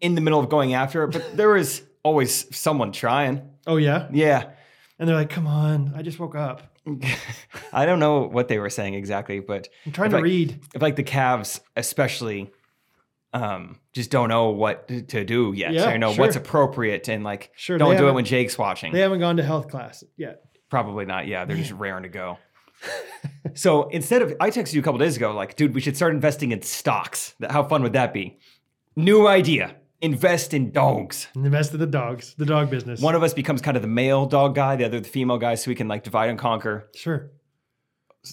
in the middle of going after it, but there was always someone trying.
oh yeah,
Yeah.
and they're like, "Come on, I just woke up.
I don't know what they were saying exactly, but
I'm trying
If
to
I-
read."
if like the Cavs especially um just don't know what to do yet.
Yeah,
so you know
sure.
what's appropriate and like
Sure, they
don't do it
haven't-
when Jake's watching.
They haven't gone to health class yet.
Probably not. Yeah,
[laughs]
they're just raring to go. so instead of I texted you a couple days ago, like, dude, we should start investing in stocks. Th- How fun would that be? New idea. Invest in dogs.
And invested the dogs, the dog business.
One of us becomes kind of the male dog guy, the other the female guy, so we can like divide and conquer.
sure.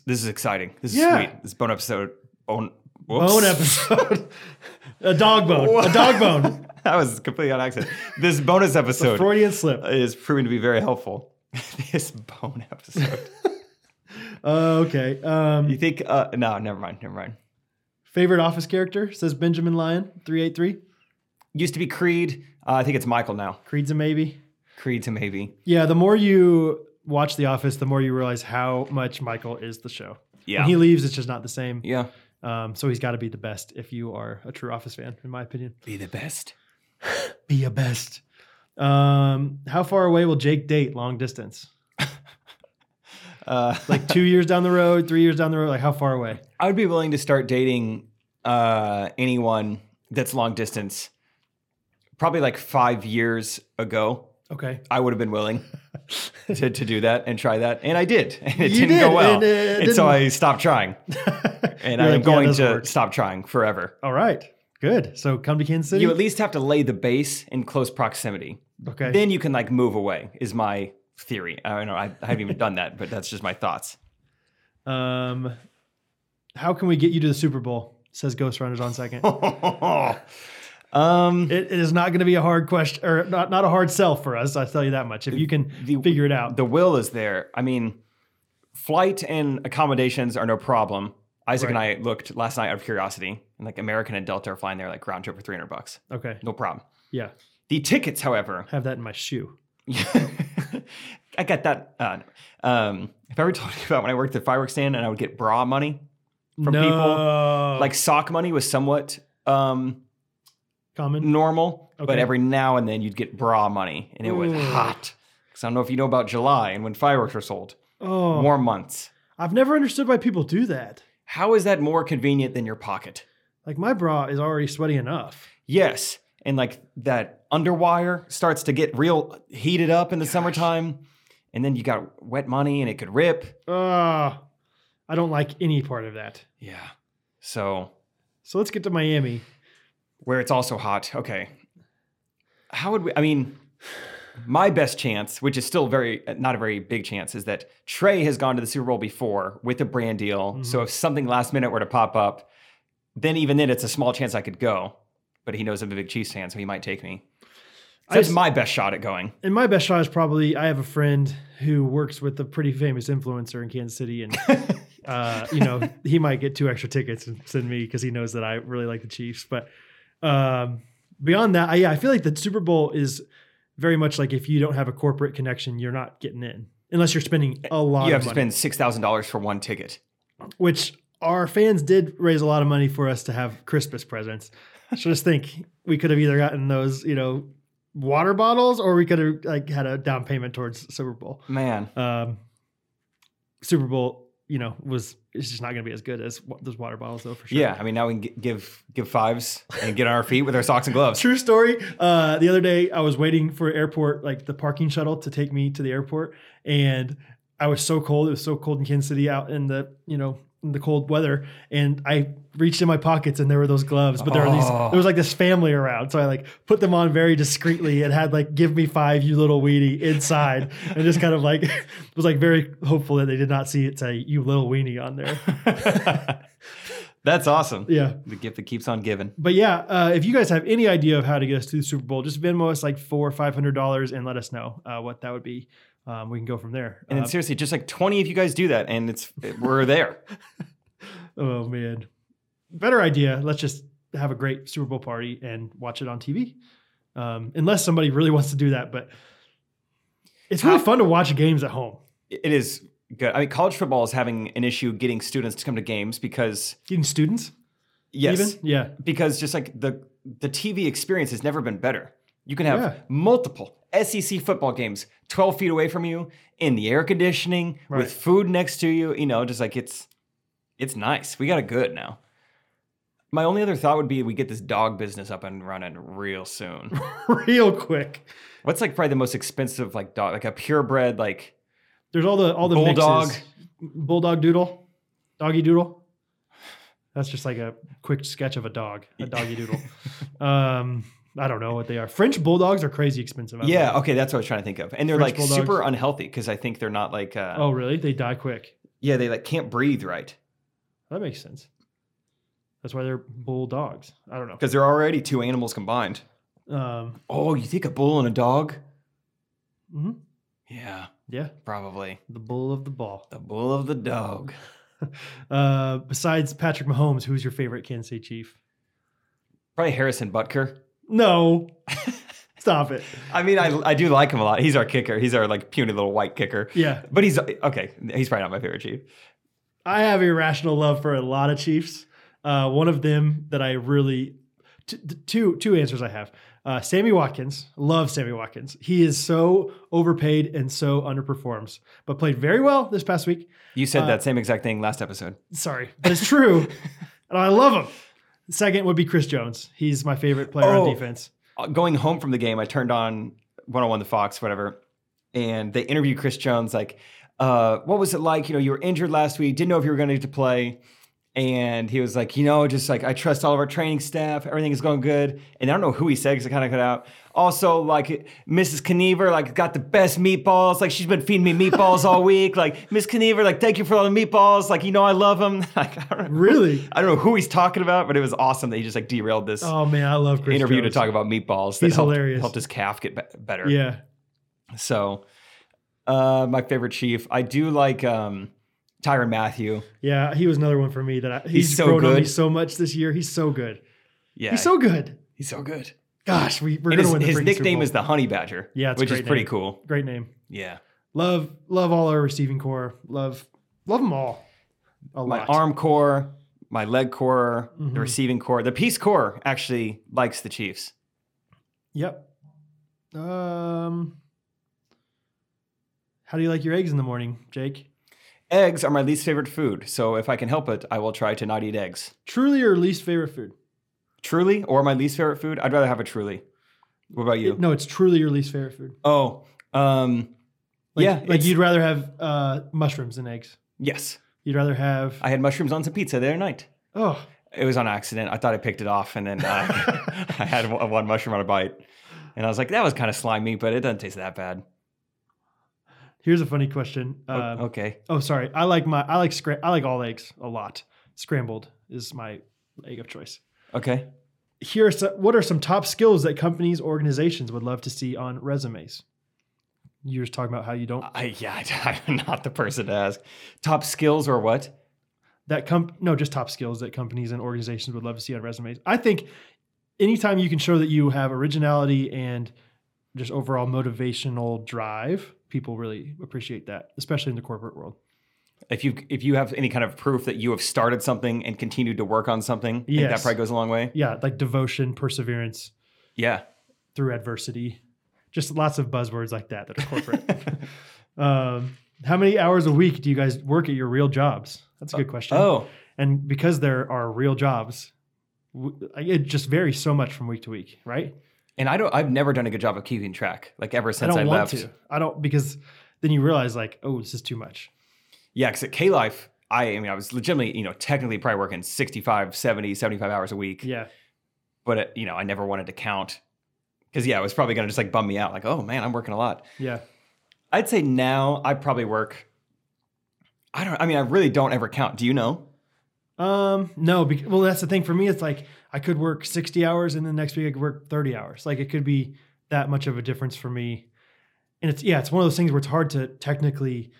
This is exciting. This is
Yeah.
sweet. This bone episode. Bone. whoops.
Bone episode. [laughs] a dog bone. A dog
[laughs]
bone.
that was completely on accident. This bonus episode
Freudian slip.
is proving to be very helpful. [laughs] this bone episode.
Uh, okay. Um,
You think? Uh, no, never mind. Never mind.
favorite office character says Benjamin Lyon. Three eight three.
Used to be Creed. Uh, I think it's Michael now.
Creed's a maybe.
Creed to maybe.
Yeah, the more you watch The Office, the more you realize how much Michael is the show.
Yeah.
When he leaves, it's just not the same.
yeah.
Um, so he's got to be the best if you are a true Office fan, in my opinion.
Be the best.
Be a best. Um, how far away will Jake date long distance?
[laughs] Uh,
[laughs] Like two years down the road, three years down the road? Like how far away?
I would be willing to start dating uh, anyone that's long distance. Probably like five years ago,
Okay.
I would have been
[laughs]
willing to, to do that and try that, and I did, and it
You
didn't go
did,
well,
and, uh, it
and so
didn't-
I stopped trying. and
[laughs] You're
I am
like, "Yeah,
going
this
to
works."
stop trying forever.
All right. Good. So come to Kansas City.
You at least have to lay the base in close proximity.
okay.
Then you can like move away. Is my theory. I don't know. I, I haven't even done that, but that's just my thoughts.
um, how can we get you to the Super Bowl? Says Ghost Runners on second.
[laughs] um,
It, it is not going to be a hard question or not, not a hard sell for us. I tell you that much. If you can
the-
figure it out.
the will is there. I mean, flight and accommodations are no problem. Isaac and I looked last night out of curiosity, and like American and Delta are flying there like round trip for three hundred bucks.
okay.
No problem.
Yeah.
The tickets, however,
Have that in my shoe.
[laughs] I got that. Uh, um, if I [laughs] ever told you about when I worked at fireworks stand and I would get bra money from
no.
people, like sock money was somewhat um,
common.
normal, but
Okay.
every now and then you'd get bra money, and it was
Ooh.
hot. Because I don't know if you know about July and when fireworks are sold,
Oh,
warm months.
I've never understood why people do that.
How is that more convenient than your pocket?
Like my bra is already sweaty enough.
Yes, and like that underwire starts to get real heated up in the summertime, and then you got wet money, and it could rip.
Uh, I don't like any part of that.
Yeah. So
So let's get to Miami.
where it's also hot. Okay. How would we? I mean, my best chance, which is still very not a very big chance, is that Trey has gone to the Super Bowl before with a brand deal.
Mm-hmm.
So if something last minute were to pop up, then even then it's a small chance I could go. But he knows I'm a big Chiefs fan, so he might take me. So
I
that's
s-
my best shot at going.
And my best shot is probably I have a friend who works with a pretty famous influencer in Kansas City,
[laughs]
and uh, you know he might get two extra tickets and send me because he knows that I really like the Chiefs. But um, beyond that, I, yeah, I feel like the Super Bowl is very much like if you don't have a corporate connection, you're not getting in unless you're spending a lot
You
of
have to
money.
spend six thousand dollars for one ticket.
which our fans did raise a lot of money for us to have Christmas presents. So just think we could have either gotten those, you know, water bottles or we could have like had a down payment towards Super Bowl.
Man,
Um, Super Bowl, you know, was it's just not going to be as good as wa- those water bottles though for sure.
yeah. I mean, now we can gi- give give fives and get on our feet with our socks
[laughs]
and gloves.
True story. Uh, the other day, I was waiting for airport, like the parking shuttle, to take me to the airport, and I was so cold. It was so cold in Kansas City, out in the you know in the cold weather, and I reached in my pockets, and there were those gloves, but there were these.
Oh.
There was like this family around, so I like put them on very discreetly and had like "Give me five, you little weenie" inside, and just kind of like [laughs] was like very hopeful that they did not see it say "You little weenie" on there.
[laughs] That's awesome.
Yeah.
The gift that keeps on giving.
But yeah, uh, if you guys have any idea of how to get us to the Super Bowl, just Venmo us like four or five hundred dollars and let us know uh, what that would be. Um, we can go from there.
And then
Uh,
seriously, just like 20 if you guys do that, and it's we're there.
oh man, better idea. Let's just have a great Super Bowl party and watch it on TV. Um, unless somebody really wants to do that, but it's really
How-
fun to watch games at home.
[laughs] It is good. I mean, college football is having an issue getting students to come to games because
Even students,
yes,
even yeah, [laughs]
because just like the the TV experience has never been better. You can have
Yeah.
multiple SEC football games 12 feet away from you in the air conditioning
Right.
with food next to you. You know, just like it's it's nice. We got it good now. My only other thought would be we get this dog business up and running real soon. [laughs]
real quick.
What's like probably the most expensive like dog, like a purebred like
There's all the all the
Bulldog.
mixes. bulldog doodle, doggy doodle. That's just like a quick sketch of a dog, a doggy
[laughs]
doodle. um, I don't know what they are. French bulldogs are crazy expensive. I don't
Yeah,
know.
okay, that's what I was trying to think of. And they're
French
like
bulldogs.
super unhealthy because I think they're not like uh,
Oh, really? They die quick.
yeah, they like can't breathe right
That makes sense. That's why they're bulldogs. I don't
because they're already two animals combined.
know. Um,
Oh, you think a bull and a dog?
mhm.
Yeah,
Yeah,
probably
the bull of the ball.
the bull of the dog.
Uh, besides Patrick Mahomes, who's your favorite Kansas City Chief?
Probably Harrison Butker. [laughs]
No, stop it.
I
[laughs]
mean, I I do like him a lot. He's our kicker. He's our like puny little white kicker.
Yeah,
But he's okay. He's probably not my favorite chief.
I have irrational love for a lot of Chiefs. Uh, one of them that I really t- t- two two answers I have. Uh, Sammy Watkins, love Sammy Watkins. He is so overpaid and so underperforms, but played very well this past week.
You
Uh,
said that same exact thing last episode.
Sorry, but it's
[laughs]
true, and I love him. Second would be Chris Jones. He's my favorite player
Oh.
on defense.
Uh, going home from the game, I turned on 101 The Fox, whatever, and they interviewed Chris Jones, like, uh, what was it like? You know, you were injured last week, didn't know if you were going to get to play. And he was like, you know, just like, I trust all of our training staff, everything is going good. And I don't know who he said because I kind of cut out. Also, like, Mrs. Kniever, like, got the best meatballs. Like, she's been feeding me meatballs all week. Like, Miss Kniever, like, thank you for all the meatballs. Like, you know, I love them. [laughs] Like, I don't, know-
Really?
I don't know who he's talking about, but it was awesome that he just like derailed this
Oh man, I love Chris.
interview
Jones.
to talk about meatballs that
He's
helped,
hilarious.
helped his calf get be- better.
Yeah,
So, uh, my favorite chief. I do like um, Tyron Matthew.
yeah, he was another one for me that I, he's,
He's so
grown on
good.
me so much this year. He's so good.
Yeah,
He's so good.
he's so good.
Gosh, we, we're going to
And his
win the
his
freaking Super
nickname
Bowl.
is the Honey Badger.
Yeah, it's a
which is
great
pretty
name.
cool.
Great name.
Yeah,
Love love all our receiving core. Love love them all. A
my
lot.
arm core, my leg core,
Mhm.
the receiving core, the peace core actually likes the Chiefs.
Yep. Um. How do you like your eggs in the morning, Jake?
Eggs are my least favorite food, so if I can help it, I will try to not eat eggs.
Truly your least favorite food?
Truly or my least favorite food, I'd rather have a truly. What about you?
No, it's truly your least favorite food.
Oh, um,
Like,
Yeah,
like
it's-
you'd rather have uh, mushrooms than eggs.
yes.
You'd rather have
I had mushrooms on some pizza the other night.
oh
It was on accident. I thought I picked it off, and then I, [laughs] I had one one mushroom on a bite, and I was like, "That was kind of slimy, but it doesn't taste that bad."
Here's a funny question.
O-
Uh,
okay,
Oh, sorry. I like my I like scra- I like all eggs a lot. Scrambled is my egg of choice.
okay.
Here, are some, what are some top skills that companies organizations would love to see on resumes? You're just talking about how you don't
I, yeah, [laughs] I'm not the person to ask. Top skills or what?
that comp no just top skills that companies and organizations would love to see on resumes. I think anytime you can show that you have originality and just overall motivational drive, people really appreciate that, especially in the corporate world.
If you if you have any kind of proof that you have started something and continued to work on something, I think
Yes.
that probably goes a long way.
Yeah, like devotion, perseverance,
Yeah.
through adversity. Just lots of buzzwords like that that are
[laughs]
corporate. um, how many hours a week do you guys work at your real jobs? That's a good question.
Oh,
and because there are real jobs, w- it just varies so much from week to week, right?
and I don't. I've never done a good job of keeping track. Like ever
I
since I,
don't want
left.
to. I don't because then you realize like, oh, this is too much.
Yeah, because at K Life, I, I mean, I was legitimately, you know, technically probably working 65, 70, 75 hours a week.
Yeah,
But, it, you know, I never wanted to count. Because, yeah, it was probably going to just like bum me out. Like, oh man, I'm working a lot.
yeah.
I'd say now I probably work. I don't, I mean, I really don't ever count. Do you know?
Um, no, bec well, that's the thing for me. It's like I could work 60 hours and then next week I could work 30 hours. Like it could be that much of a difference for me. And it's, yeah, it's one of those things where it's hard to technically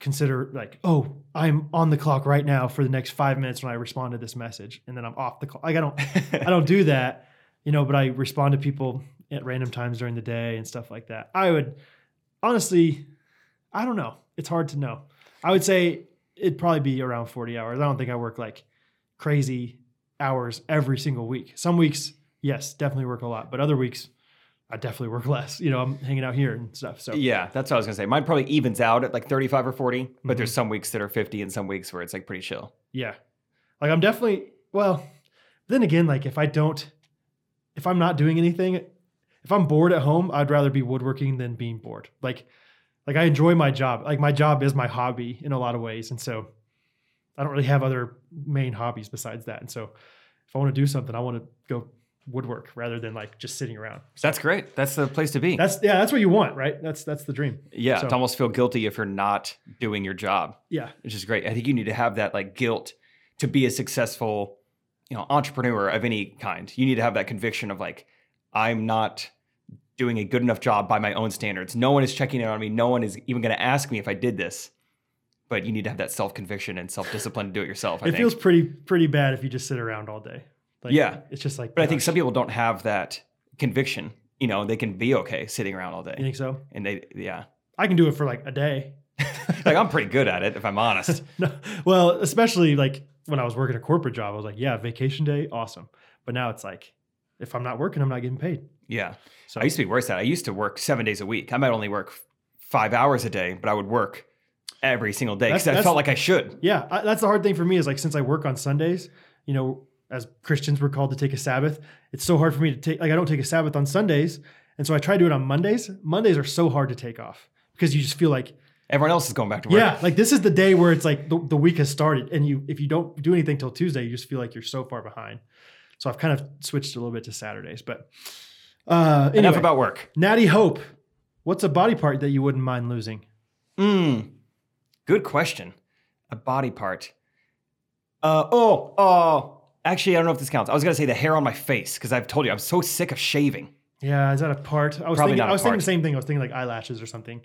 consider like, oh, I'm on the clock right now for the next five minutes when I respond to this message and then I'm off the clock. Like I don't, I don't do that, you know, but I respond to people at random times during the day and stuff like that. I would honestly, I don't know. It's hard to know. I would say it'd probably be around 40 hours. I don't think I work like crazy hours every single week. Some weeks, yes, definitely work a lot, but other weeks, I definitely work [laughs] less. You know, I'm hanging out here and stuff. So,
Yeah, that's what I was going to say. Mine probably evens out at like 35 or 40, but
Mhm.
there's some weeks that are 50 and some weeks where it's like pretty chill.
yeah. Like, I'm definitely, well, then again, like if I don't, if I'm not doing anything, if I'm bored at home, I'd rather be woodworking than being bored. Like, like I enjoy my job. Like my job is my hobby in a lot of ways, and so I don't really have other main hobbies besides that. And so if I want to do something, I want to go woodwork rather than like just sitting around.
That's great. That's the place to be.
That's yeah, that's what you want, right? That's that's the dream.
yeah,
so-
to almost feel guilty if you're not doing your job.
Yeah,
which is great. I think you need to have that like guilt to be a successful, you know, entrepreneur of any kind. You need to have that conviction of like, I'm not doing a good enough job by my own standards. No one is checking in on me. No one is even going to ask me if I did this. But you need to have that self conviction and self discipline to do it yourself. I
it
think.
feels pretty pretty bad if you just sit around all day. Like,
Yeah.
it's just like.
but I think
gosh,
some people don't have that conviction. You know, they can be okay sitting around all
You
day,
think so?
and they yeah.
I can do it for like a day. [laughs]
Like I'm pretty good at it if I'm honest.
No, well, especially like when I was working a corporate job, I was like, yeah, vacation day, awesome. But now it's like, if I'm not working, I'm not getting paid.
Yeah.
So
I used to be worse at it. I used to work seven days a week. I might only work f- five hours a day, but I would work every single day
That's-
because I
that's-
felt like I should.
yeah, I, that's the hard thing for me is like since I work on Sundays, you know, as Christians we're called to take a Sabbath. It's so hard for me to take like I don't take a Sabbath on Sundays, and so I try to do it on Mondays. Mondays are so hard to take off because you just feel like
Everyone else is going back to work.
yeah, like this is the day where it's like the, the week has started, and you if you don't do anything till Tuesday, you just feel like you're so far behind. So I've kind of switched a little bit to Saturdays, but uh, anyway.
Enough about work.
Natty Hope, what's a body part that you wouldn't mind losing?
Mm. Good question. A body part. Uh, oh, oh. Actually, I don't know if this counts. I was going to say the hair on my face because I've told you I'm so sick
[laughs]
of shaving.
Yeah, is that a part? I was
Probably
thinking.
not
I
a
was thinking
part.
the same thing. I was thinking like eyelashes or something.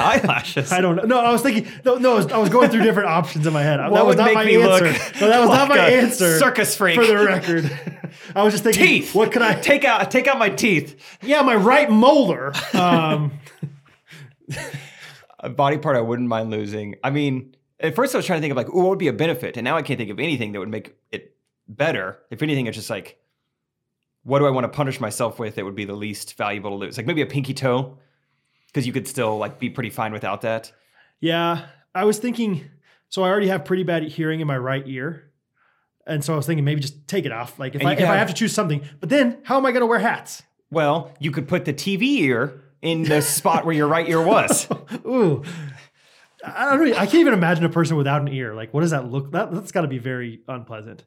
Eyelashes.
I don't know. No, I was thinking. No, no. I was, I was going through different options in my head.
What
that was
would
not
make
my
me look
answer. No, that was not
like
my
a
answer.
circus freak?
for the record. [laughs] I was just thinking.
teeth.
What could I?
take out? Take out my teeth. [laughs]
Yeah, my right molar. Um,
a body part I wouldn't mind losing. I mean, at first I was trying to think of like, oh, what would be a benefit? And now I can't think of anything that would make it better. If anything, it's just like, what do I want to punish myself with that would be the least valuable to lose? Like maybe a pinky toe, because you could still like be pretty fine without that.
Yeah, I was thinking. So I already have pretty bad hearing in my right ear, and so I was thinking maybe just take it off. Like if
And
I
you
if
can
I have
have-
to choose something, but then how am I going to wear hats?
Well, you could put the TV ear
[laughs]
in the spot where your right ear was.
Ooh, I don't. Really, I can't even imagine a person without an ear. Like what does that look? That that's got to be very unpleasant.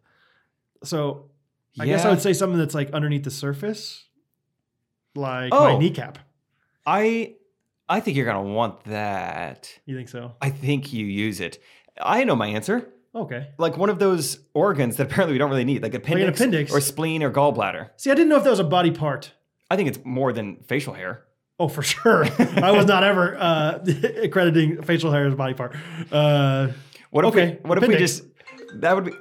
So [laughs] I guess I
Yeah.
would say something that's like underneath the surface, like my
Oh.
kneecap.
I I think you're gonna want that.
You think so?
I think you use it. I know my answer.
Okay.
Like one of those organs that apparently we don't really need, like appendix,
appendix.
or spleen or gallbladder.
See, I didn't know if that was a body part.
I think it's more than facial hair.
Oh, for sure. I was not ever uh, [laughs] crediting facial hair as a body part. Uh,
What if
Okay,
we, what
appendix.
if we just that would be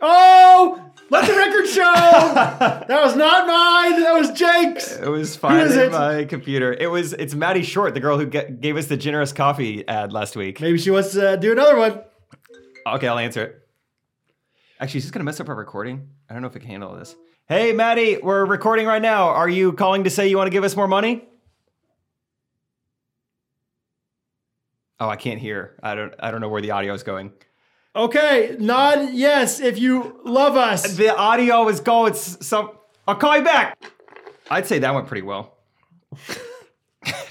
oh, let the record show that was not mine. That was Jake's.
it was fine
is
in
it?
my computer. It was it's Maddie Short, the girl who ga- gave us the generous coffee ad last week.
Maybe she wants to do another one.
Okay, I'll answer it. Actually, she's gonna mess up our recording. I don't know if I can handle this. Hey, Maddie, we're recording right now. Are you calling to say you want to give us more money? Oh, I can't hear. I don't. I don't know where the audio is going.
Okay, nod yes if you love us.
The audio is going. s- Some. I'll call you back. I'd say that went pretty well. [laughs]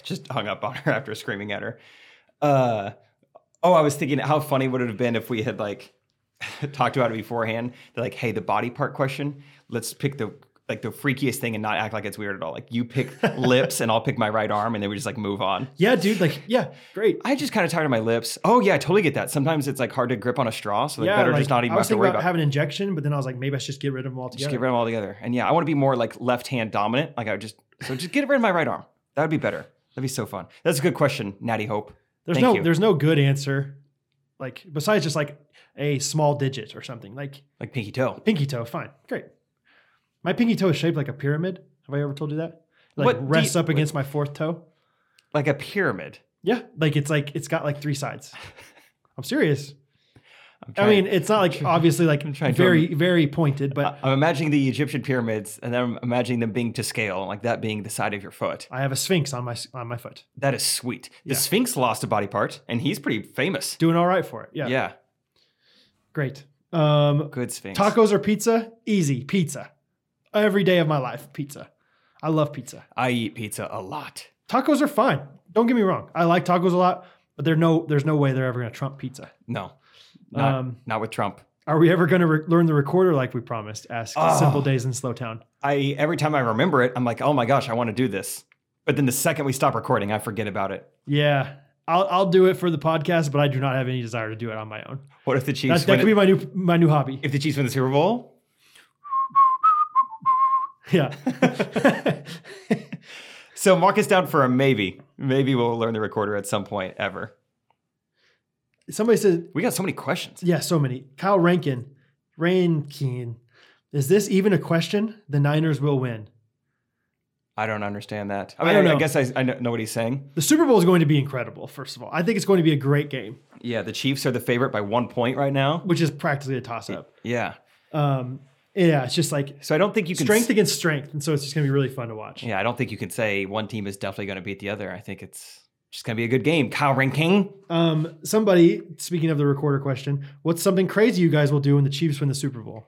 Just hung up on her after screaming at her. Uh, oh, I was thinking, how funny would it have been if we had like [laughs] talked about it beforehand? They're like, hey, the body part question. Let's pick the like the freakiest thing and not act like it's weird at all. Like
[laughs]
you pick lips and I'll pick my right arm, and then we just like move on.
Yeah, dude. Like, yeah, great.
I just kind of tired of my lips. Oh yeah, I totally get that. Sometimes it's like hard to grip on a straw, so like
yeah,
better
like,
just not even
I was
have to
thinking
worry
about
about.
having an injection, but then I was like, maybe I should just get rid of them altogether.
Just get rid of them all together. And yeah, I want to be more like left hand dominant. Like I would just so just get rid of my right arm. That would be better. That'd be so fun. That's a good question, Natty Hope.
There's
Thank
no
you.
there's no good answer. Like besides just like a small digit or something. Like
Like pinky toe.
pinky toe, fine. Great. My pinky toe is shaped like a pyramid. Have I ever told you that? It, Like
What do
rests
you-
up against my fourth toe.
Like a pyramid.
Yeah. Like it's like it's got like three
[laughs]
sides. I'm serious.
[laughs] I'm
I
trying-
mean, it's not like obviously like
trying to- Uh,
very, very pointed, but
I'm imagining the Egyptian pyramids and then I'm imagining them being to scale, like that being the side of your foot.
I have a sphinx on my s- on my foot.
That is sweet. The
Yeah.
Sphinx lost a body part and he's pretty famous.
Doing all right for it.
Yeah.
Yeah. Great. Um
Good Sphinx.
tacos or pizza? Easy. Pizza. Every day of my life, pizza. I love pizza.
I eat pizza a lot.
Tacos are fine. Don't get me wrong. I like tacos a lot, but there's no there's no way they're ever going to trump pizza.
No. Not,
Um,
not with Trump.
Are we ever going to re- learn the recorder like we promised? Ask
Oh.
Simple Days in Slowtown.
I every time I remember it, I'm like, oh my gosh, I want to do this. But then the second we stop recording, I forget about it.
Yeah, I'll I'll do it for the podcast, but I do not have any desire to do it on my own.
What if the
That,
Chiefs?
that
win
could
it-
be my new my new
[laughs]
hobby.
if the Chiefs win the Super Bowl,
Yeah. [laughs]
so mark us down for a maybe. Maybe we'll learn the recorder at some point ever.
Somebody said,
We got so many questions.
yeah, so many. Kyle Rankin, Rankin, is this even a question? The Niners will win.
I don't understand that. I
I
mean, I,
don't
I
know.
guess I, I know know what he's saying.
The Super Bowl is going to be incredible. First of all, I think it's going to be a great game,
Yeah, the Chiefs are the favorite by one point right now.
which is practically a toss up.
Yeah,
Um, yeah, it's just like
so I don't think you can
strength against strength, and so it's just gonna be really fun to watch.
Yeah, I don't think you can say one team is definitely going to beat the other. I think it's just going to be a good game. Kyle Ranking.
Um, somebody speaking of the recorder question, what's something crazy you guys will do when the Chiefs win the Super Bowl?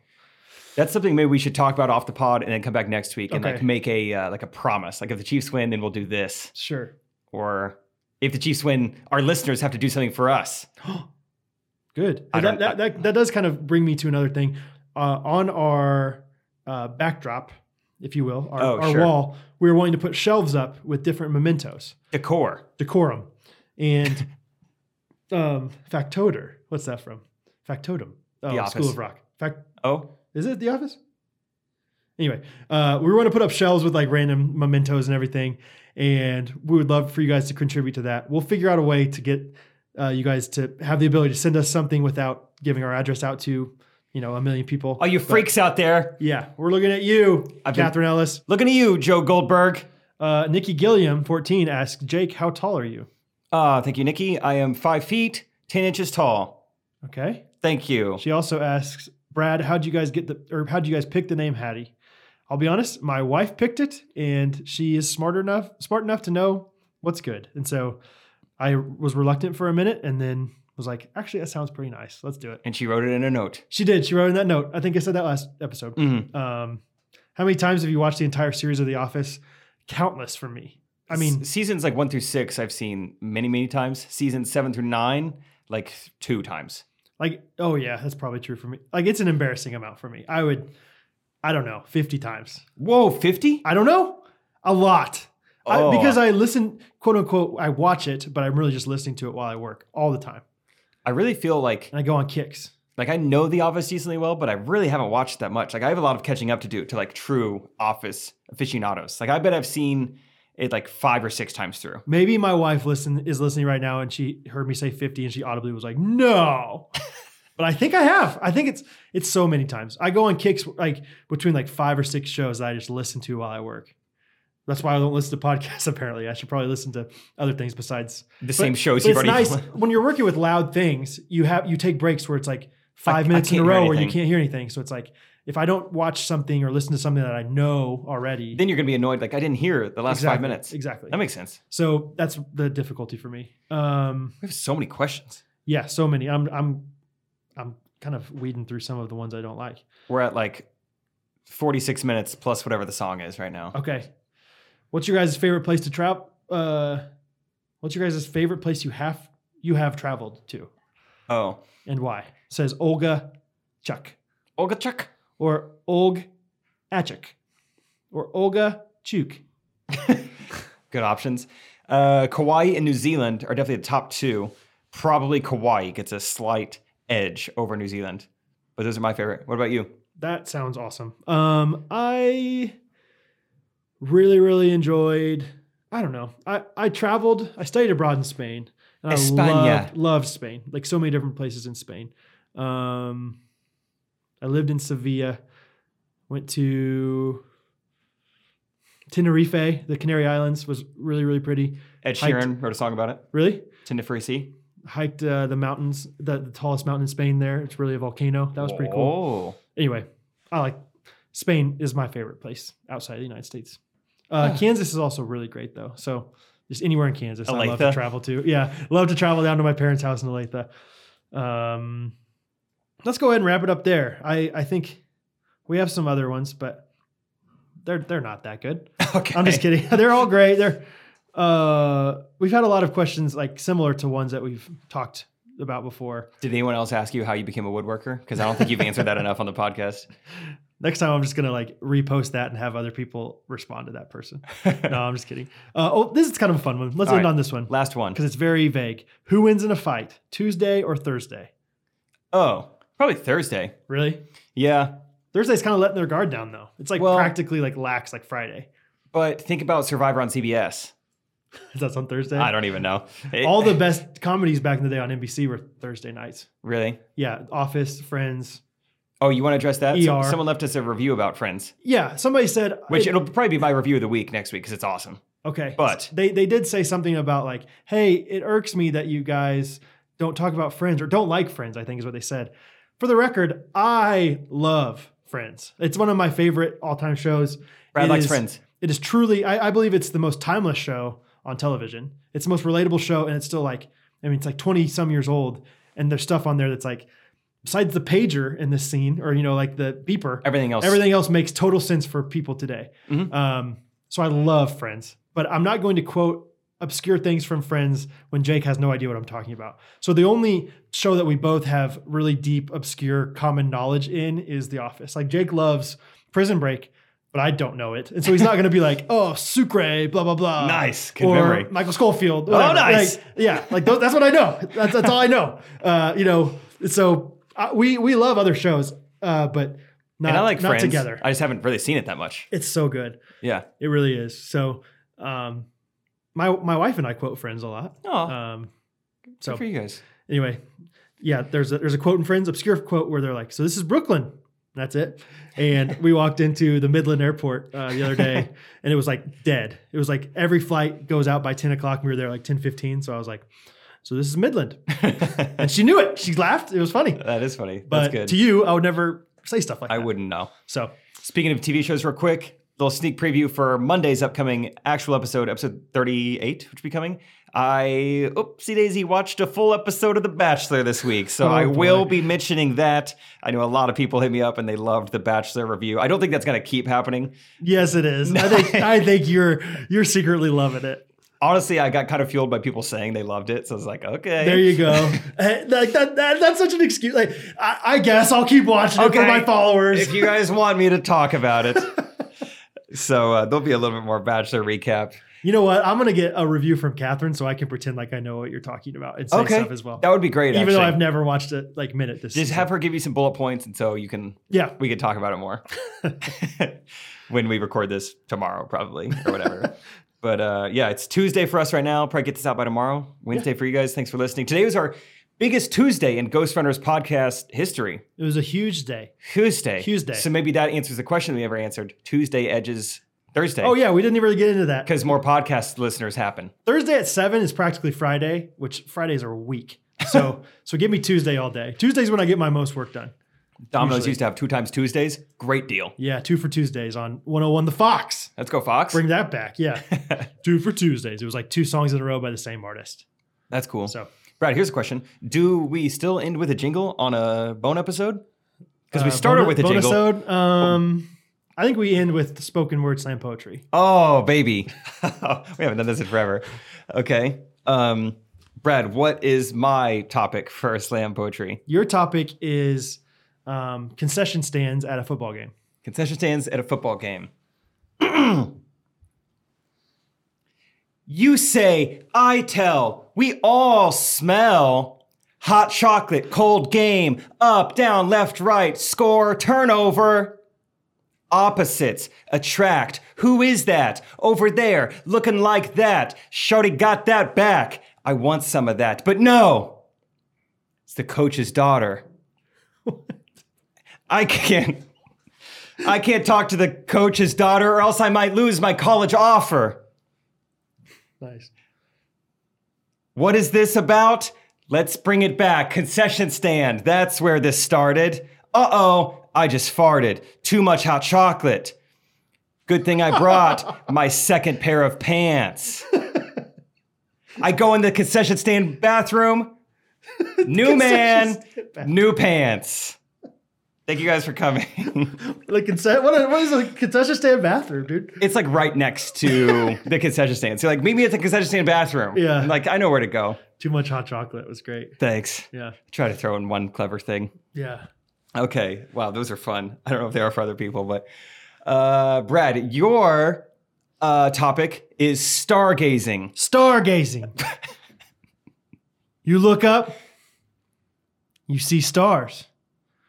That's something maybe we should talk about off the pod and then come back next week and
Okay.
like make a uh, like a promise. Like if the Chiefs win, then we'll do this.
Sure,
Or if the Chiefs win, our listeners have to do something for us.
good.
I
That,
don't-
that, that that does kind of bring me to another thing. Uh, on our uh, backdrop, if you will, our,
Oh,
our
sure.
wall, we were wanting to put shelves up with different mementos,
Decor.
decorum,
[laughs]
and um, factotum. What's that from? Factotum. Oh,
The
School
Office.
of Rock. Fact.
Oh,
Is it The Office? Anyway, uh, we want to put up shelves with like random mementos and everything, and we would love for you guys to contribute to that. We'll figure out a way to get uh, you guys to have the ability to send us something without giving our address out to you know a million people.
All you
But-
freaks out there,
yeah, we're looking at you,
I've been-
Catherine Ellis.
looking at you, Joe Goldberg.
Uh, Nikki Gilliam, fourteen, asks Jake, "How tall are you?"
Uh, thank you, Nikki. I am five feet, 10 inches tall.
Okay.
Thank you.
She also asks, Brad, how'd you guys get the, or how'd you guys pick the name Hattie? I'll be honest, my wife picked it and she is smart enough, smart enough to know what's good. And so I was reluctant for a minute and then was like, actually, that sounds pretty nice. Let's do it.
And she wrote it in a note.
She did. She wrote in that note. I think I said that last episode.
Mhm.
Um, how many times have you watched the entire series of The Office? Countless for me. I mean,
S- seasons like one through six, I've seen many, many times. Seasons seven through nine, like two times.
like, oh yeah, that's probably true for me. Like, it's an embarrassing amount for me. I would, I don't know, 50 times.
Whoa, 50?
I don't know. A lot.
Oh.
I, because I listen, quote unquote, I watch it, but I'm really just listening to it while I work all the time.
I really feel like
And I go on kicks.
like I know The Office decently well, but I really haven't watched that much. Like I have a lot of catching up to do to like true Office aficionados. Like I bet I've seen it like five or six times through.
Maybe my wife listen is listening right now and she heard me say 50 and she audibly was like, no. but I think I have. I think it's it's so many times. I go on kicks like between like five or six shows that I just listen to while I work. That's why I don't listen to podcasts, [laughs] apparently. I should probably listen to other things besides
The
But-
same shows
but
you've
it's
already [laughs]
nice when you're working with loud things. You have you take breaks where it's like five
I
minutes in a
can't hear
row where you
anything.
can't hear anything. So it's like if I don't watch something or listen to something that I know already,
Then you're gonna be annoyed, like I didn't hear the last five
Exactly,
minutes.
exactly.
That makes sense.
so that's the difficulty for me. Um,
We have so many questions.
yeah, so many. I'm I'm I'm kind of weeding through some of the ones I don't like.
We're at like 46 minutes plus whatever the song is right now.
Okay, what's your guys' favorite place to travel? Uh, what's your guys' favorite place you have you have traveled to
Oh,
and why? Says Olga Chuck.
Olga Chuck.
or Olg Achik or Olga Chuk.
Good options. Uh, Kauai and New Zealand are definitely the top two. Probably Kauai gets a slight edge over New Zealand, but those are my favorite. What about you?
That sounds awesome. Um, I really, really enjoyed. I don't know. I, I traveled. I studied abroad in Spain. And I
España.
loved, loved Spain, like so many different places in Spain. Um, I lived in Sevilla. Went to Tenerife, the Canary Islands. Was really, really pretty.
Ed
Hiked-
Sheeran wrote a song about it.
Really,
Tenerife Sea.
hiked uh, the mountains, the, the tallest mountain in Spain. There, it's really a volcano. That was pretty cool.
cool.
Anyway, I like Spain is my favorite place outside the United States. Uh, Kansas is also really great though. So just anywhere in Kansas, I love to
Olathe.
travel to. Yeah, love to travel down to my parents' house in Olathe. Um, let's go ahead and wrap it up there. I I think we have some other ones, but they're they're not that good.
Oh. [laughs] Okay.
I'm just kidding. [laughs] They're all great. They're uh we've had a lot of questions like similar to ones that we've talked about before.
Did anyone else ask you how you became a woodworker? Because I don't think you've answered that enough on the podcast.
Next time I'm just gonna like repost that and have other people respond to that
[laughs]
person. No, I'm just kidding. Uh, oh, this is kind of a fun one. Let's
All
end
right.
on this one [laughs]
Last one.
because it's very vague. Who wins in a fight, Tuesday or Thursday?
Oh, probably Thursday.
Really?
Yeah.
Thursday's kind of letting their guard down though. It's like
Well-
practically like lax like Friday. [laughs]
But think about Survivor on CBS.
That's on Thursday.
I don't even know. It-
All the best comedies back in the day on NBC were Thursday nights.
really?
Yeah, Office, Friends.
Oh, you want to address that? So-
ER.
someone left us a review about Friends,
Yeah, somebody said
which
it-
it'll probably be my review of the week next week because it's awesome.
Okay.
But-
they they did say something about like, hey, it irks me that you guys don't talk about friends or don't like friends, I think is what they said. For the record, I love Friends. It's one of my favorite all-time shows.
Brad
It
likes
is-
Friends.
It is truly, I, I believe it's the most timeless show on television. It's the most relatable show, and it's still like, I mean, it's like 20 some years old, and there's stuff on there that's like, besides the pager in this scene, or you know, like the beeper,
Everything else. Mm-hmm.
everything else makes total sense for people today. Um, so I love Friends, but I'm not going to quote obscure things from Friends when Jake has no idea what I'm talking about. So the only show that we both have really deep, obscure, common knowledge in is The Office. Like Jake loves Prison Break. But I don't know it, and so he's not going to be
[laughs]
like, "Oh, Sucre, blah blah blah."
Nice. Good memory. Oh,
or Michael Schofield. whatever.
nice.
Like, yeah, like those, that's what I know. That's, that's all I know. Uh, you know, so uh, we we love other shows, uh, but not,
and I like
not
Friends.
together.
I just haven't really seen it that much.
It's so good.
Yeah.
It really is. So, um, my my wife and I quote Friends a lot.
Oh,
Um,
good
so
for you guys.
anyway, yeah, there's a, there's a quote in Friends, obscure quote where they're like, "So this is Brooklyn. That's it.
[laughs]
And we walked into the Midland airport uh, the other day and it was like dead. It was like every flight goes out by 10 o'clock. And we were there like 10 15. So I was like, so this is
[laughs]
Midland. and she knew it. She laughed. It was funny.
That is funny. That's
But
good.
to you, I would never say stuff like
I
that.
wouldn't know.
So
Speaking of TV shows, real quick, little sneak preview for Monday's upcoming actual episode, episode 38, which will be coming. I, oopsie daisy, watched a full episode of The Bachelor this week.
Oh,
So I will be mentioning that. I know a lot of people hit me up and they loved The Bachelor review. I don't think that's going to keep happening.
yes, it is. I
[laughs]
think I think you're you're secretly loving it.
Honestly, I got kind of fueled by people saying they loved it. So I was like, okay.
There you [laughs] go. Eh, like that, that- that's such an excuse. Like I, I guess I'll keep watching it for
Okay.
my followers.
If you guys want me to talk
[laughs]
about it. so uh, there'll be a little bit more Bachelor recap.
You know what? I'm gonna get a review from Catherine so I can pretend like I know what you're talking about and say stuff as well.
That would be great.
Even though
actually.
I've never watched it like minute this
just
season.
have her give you some bullet points and so you can
yeah.
we can talk about
[laughs]
it more when we record this tomorrow probably or whatever but uh, yeah it's tuesday for us right now probably get this out by tomorrow wednesday for you guys thanks for listening today was our biggest tuesday in ghost runners podcast history
It was a huge day.
tuesday
Tuesday.
so maybe that answers the question we never answered tuesday edges thursday
Oh yeah, we didn't even really get into that.
because more podcast listeners happen
Thursday at seven is practically Friday, which Fridays are weak.
[laughs]
So so give me Tuesday all day. Tuesday's when I get my most work done.
domino's
Usually.
used to have two times tuesdays great deal
Yeah, two for Tuesdays on 101 The Fox.
let's go fox
Bring that back.
[laughs]
Yeah. two for Tuesdays. It was like two songs in a row by the same artist.
that's cool
So
Brad, here's a question. Do we still end with a jingle on a bone episode? Because we
uh,
started
bonus-
with a jingle.
bonusode, um I think we end with the spoken word slam poetry.
Oh, baby. we haven't done this in forever. Okay. Um, Brad, what is my topic for slam poetry?
Your topic is um, concession stands at a football game.
Concession stands at a football game. [clears throat] you say, I tell, we all smell. Hot chocolate, cold game, up, down, left, right, score, turnover. Opposites attract. Who is that? Over there, looking like that. Shorty got that back. I want some of that, but no. It's the coach's daughter. I can't. I can't talk to the coach's daughter, or else I might lose my college offer.
Nice.
What is this about? Let's bring it back. Concession stand. That's where this started. Uh oh, I just farted. Too much hot chocolate. Good thing I brought my second pair of pants. I go in the concession stand bathroom. New man, new pants. Thank you guys for coming. [laughs]
Like conce- what, a- what is a concession stand bathroom, dude?
it's like right next to the concession stand. So like, meet me at the concession stand bathroom.
Yeah.
I'm like I know where to go.
Too much hot chocolate was great.
Thanks.
Yeah.
Try to throw in one clever thing.
Yeah.
Okay. Wow, those are fun. I don't know if they are for other people, but uh, Brad, your uh, topic is stargazing.
Stargazing. you look up, you see stars.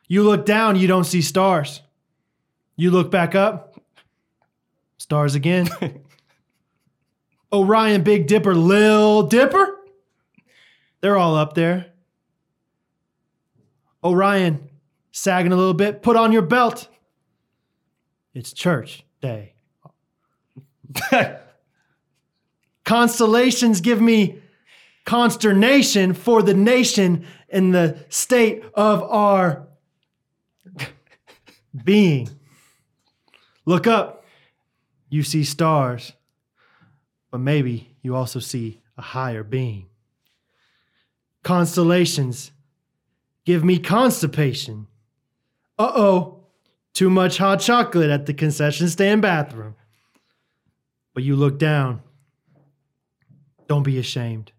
You look down, you don't see stars. You look back up, stars again. Orion, Big Dipper, Lil Dipper. They're all up there. Orion, sagging a little bit, put on your belt. It's church day constellations give me consternation for the nation and the state of our being. Look up, you see stars, but maybe you also see a higher being. Constellations give me constipation. Uh oh, too much hot chocolate at the concession stand bathroom. But you look down, don't be ashamed.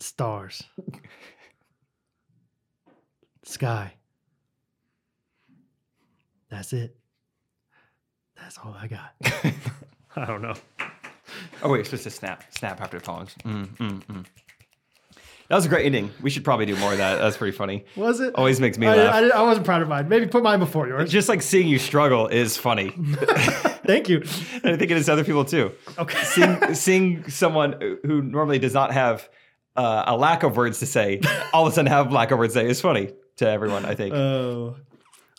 Stars. Sky. That's it. That's all I got. [laughs] I don't know.
Oh wait, it's just a snap. Snap after the phones. Mm, mm, mm. That was a great ending. We should probably do more of that. That's pretty funny.
Was it?
Always makes me
I,
laugh.
I, I wasn't proud of mine. Maybe put mine before [laughs] yours.
Just like seeing you struggle is funny. [laughs]
Thank you.
And I think it is other people too.
[laughs] Okay.
seeing, seeing someone who normally does not have uh, a lack of words to say, all of a sudden have lack of words to say is funny to everyone. I think
Oh.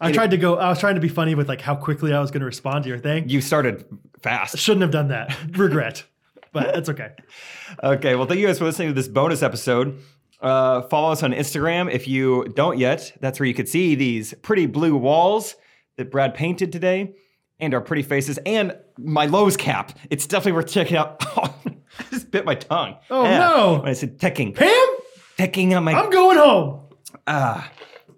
I tried to go, I was trying to be funny with like how quickly I was going to respond to your thing.
you started fast.
Shouldn't have done that. Regret. but it's okay.
Okay, well, thank you guys for listening to this bonus episode. Uh, follow us on Instagram if you don't yet. That's where you could see these pretty blue walls that Brad painted today, and our pretty faces, and my Lowe's cap. It's definitely worth checking out. [laughs] I just bit my tongue.
Oh, no.
When I said teching,
Pam,
teching on my
I'm going home.
ah.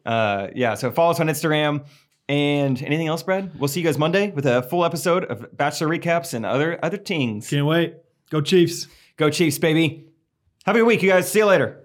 Uh, yeah. So follow us on Instagram. And anything else, Brad? We'll see you guys Monday with a full episode of Bachelor recaps and other other tings.
Can't wait. Go Chiefs.
Go Chiefs, baby! Have a good week, you guys. See you later.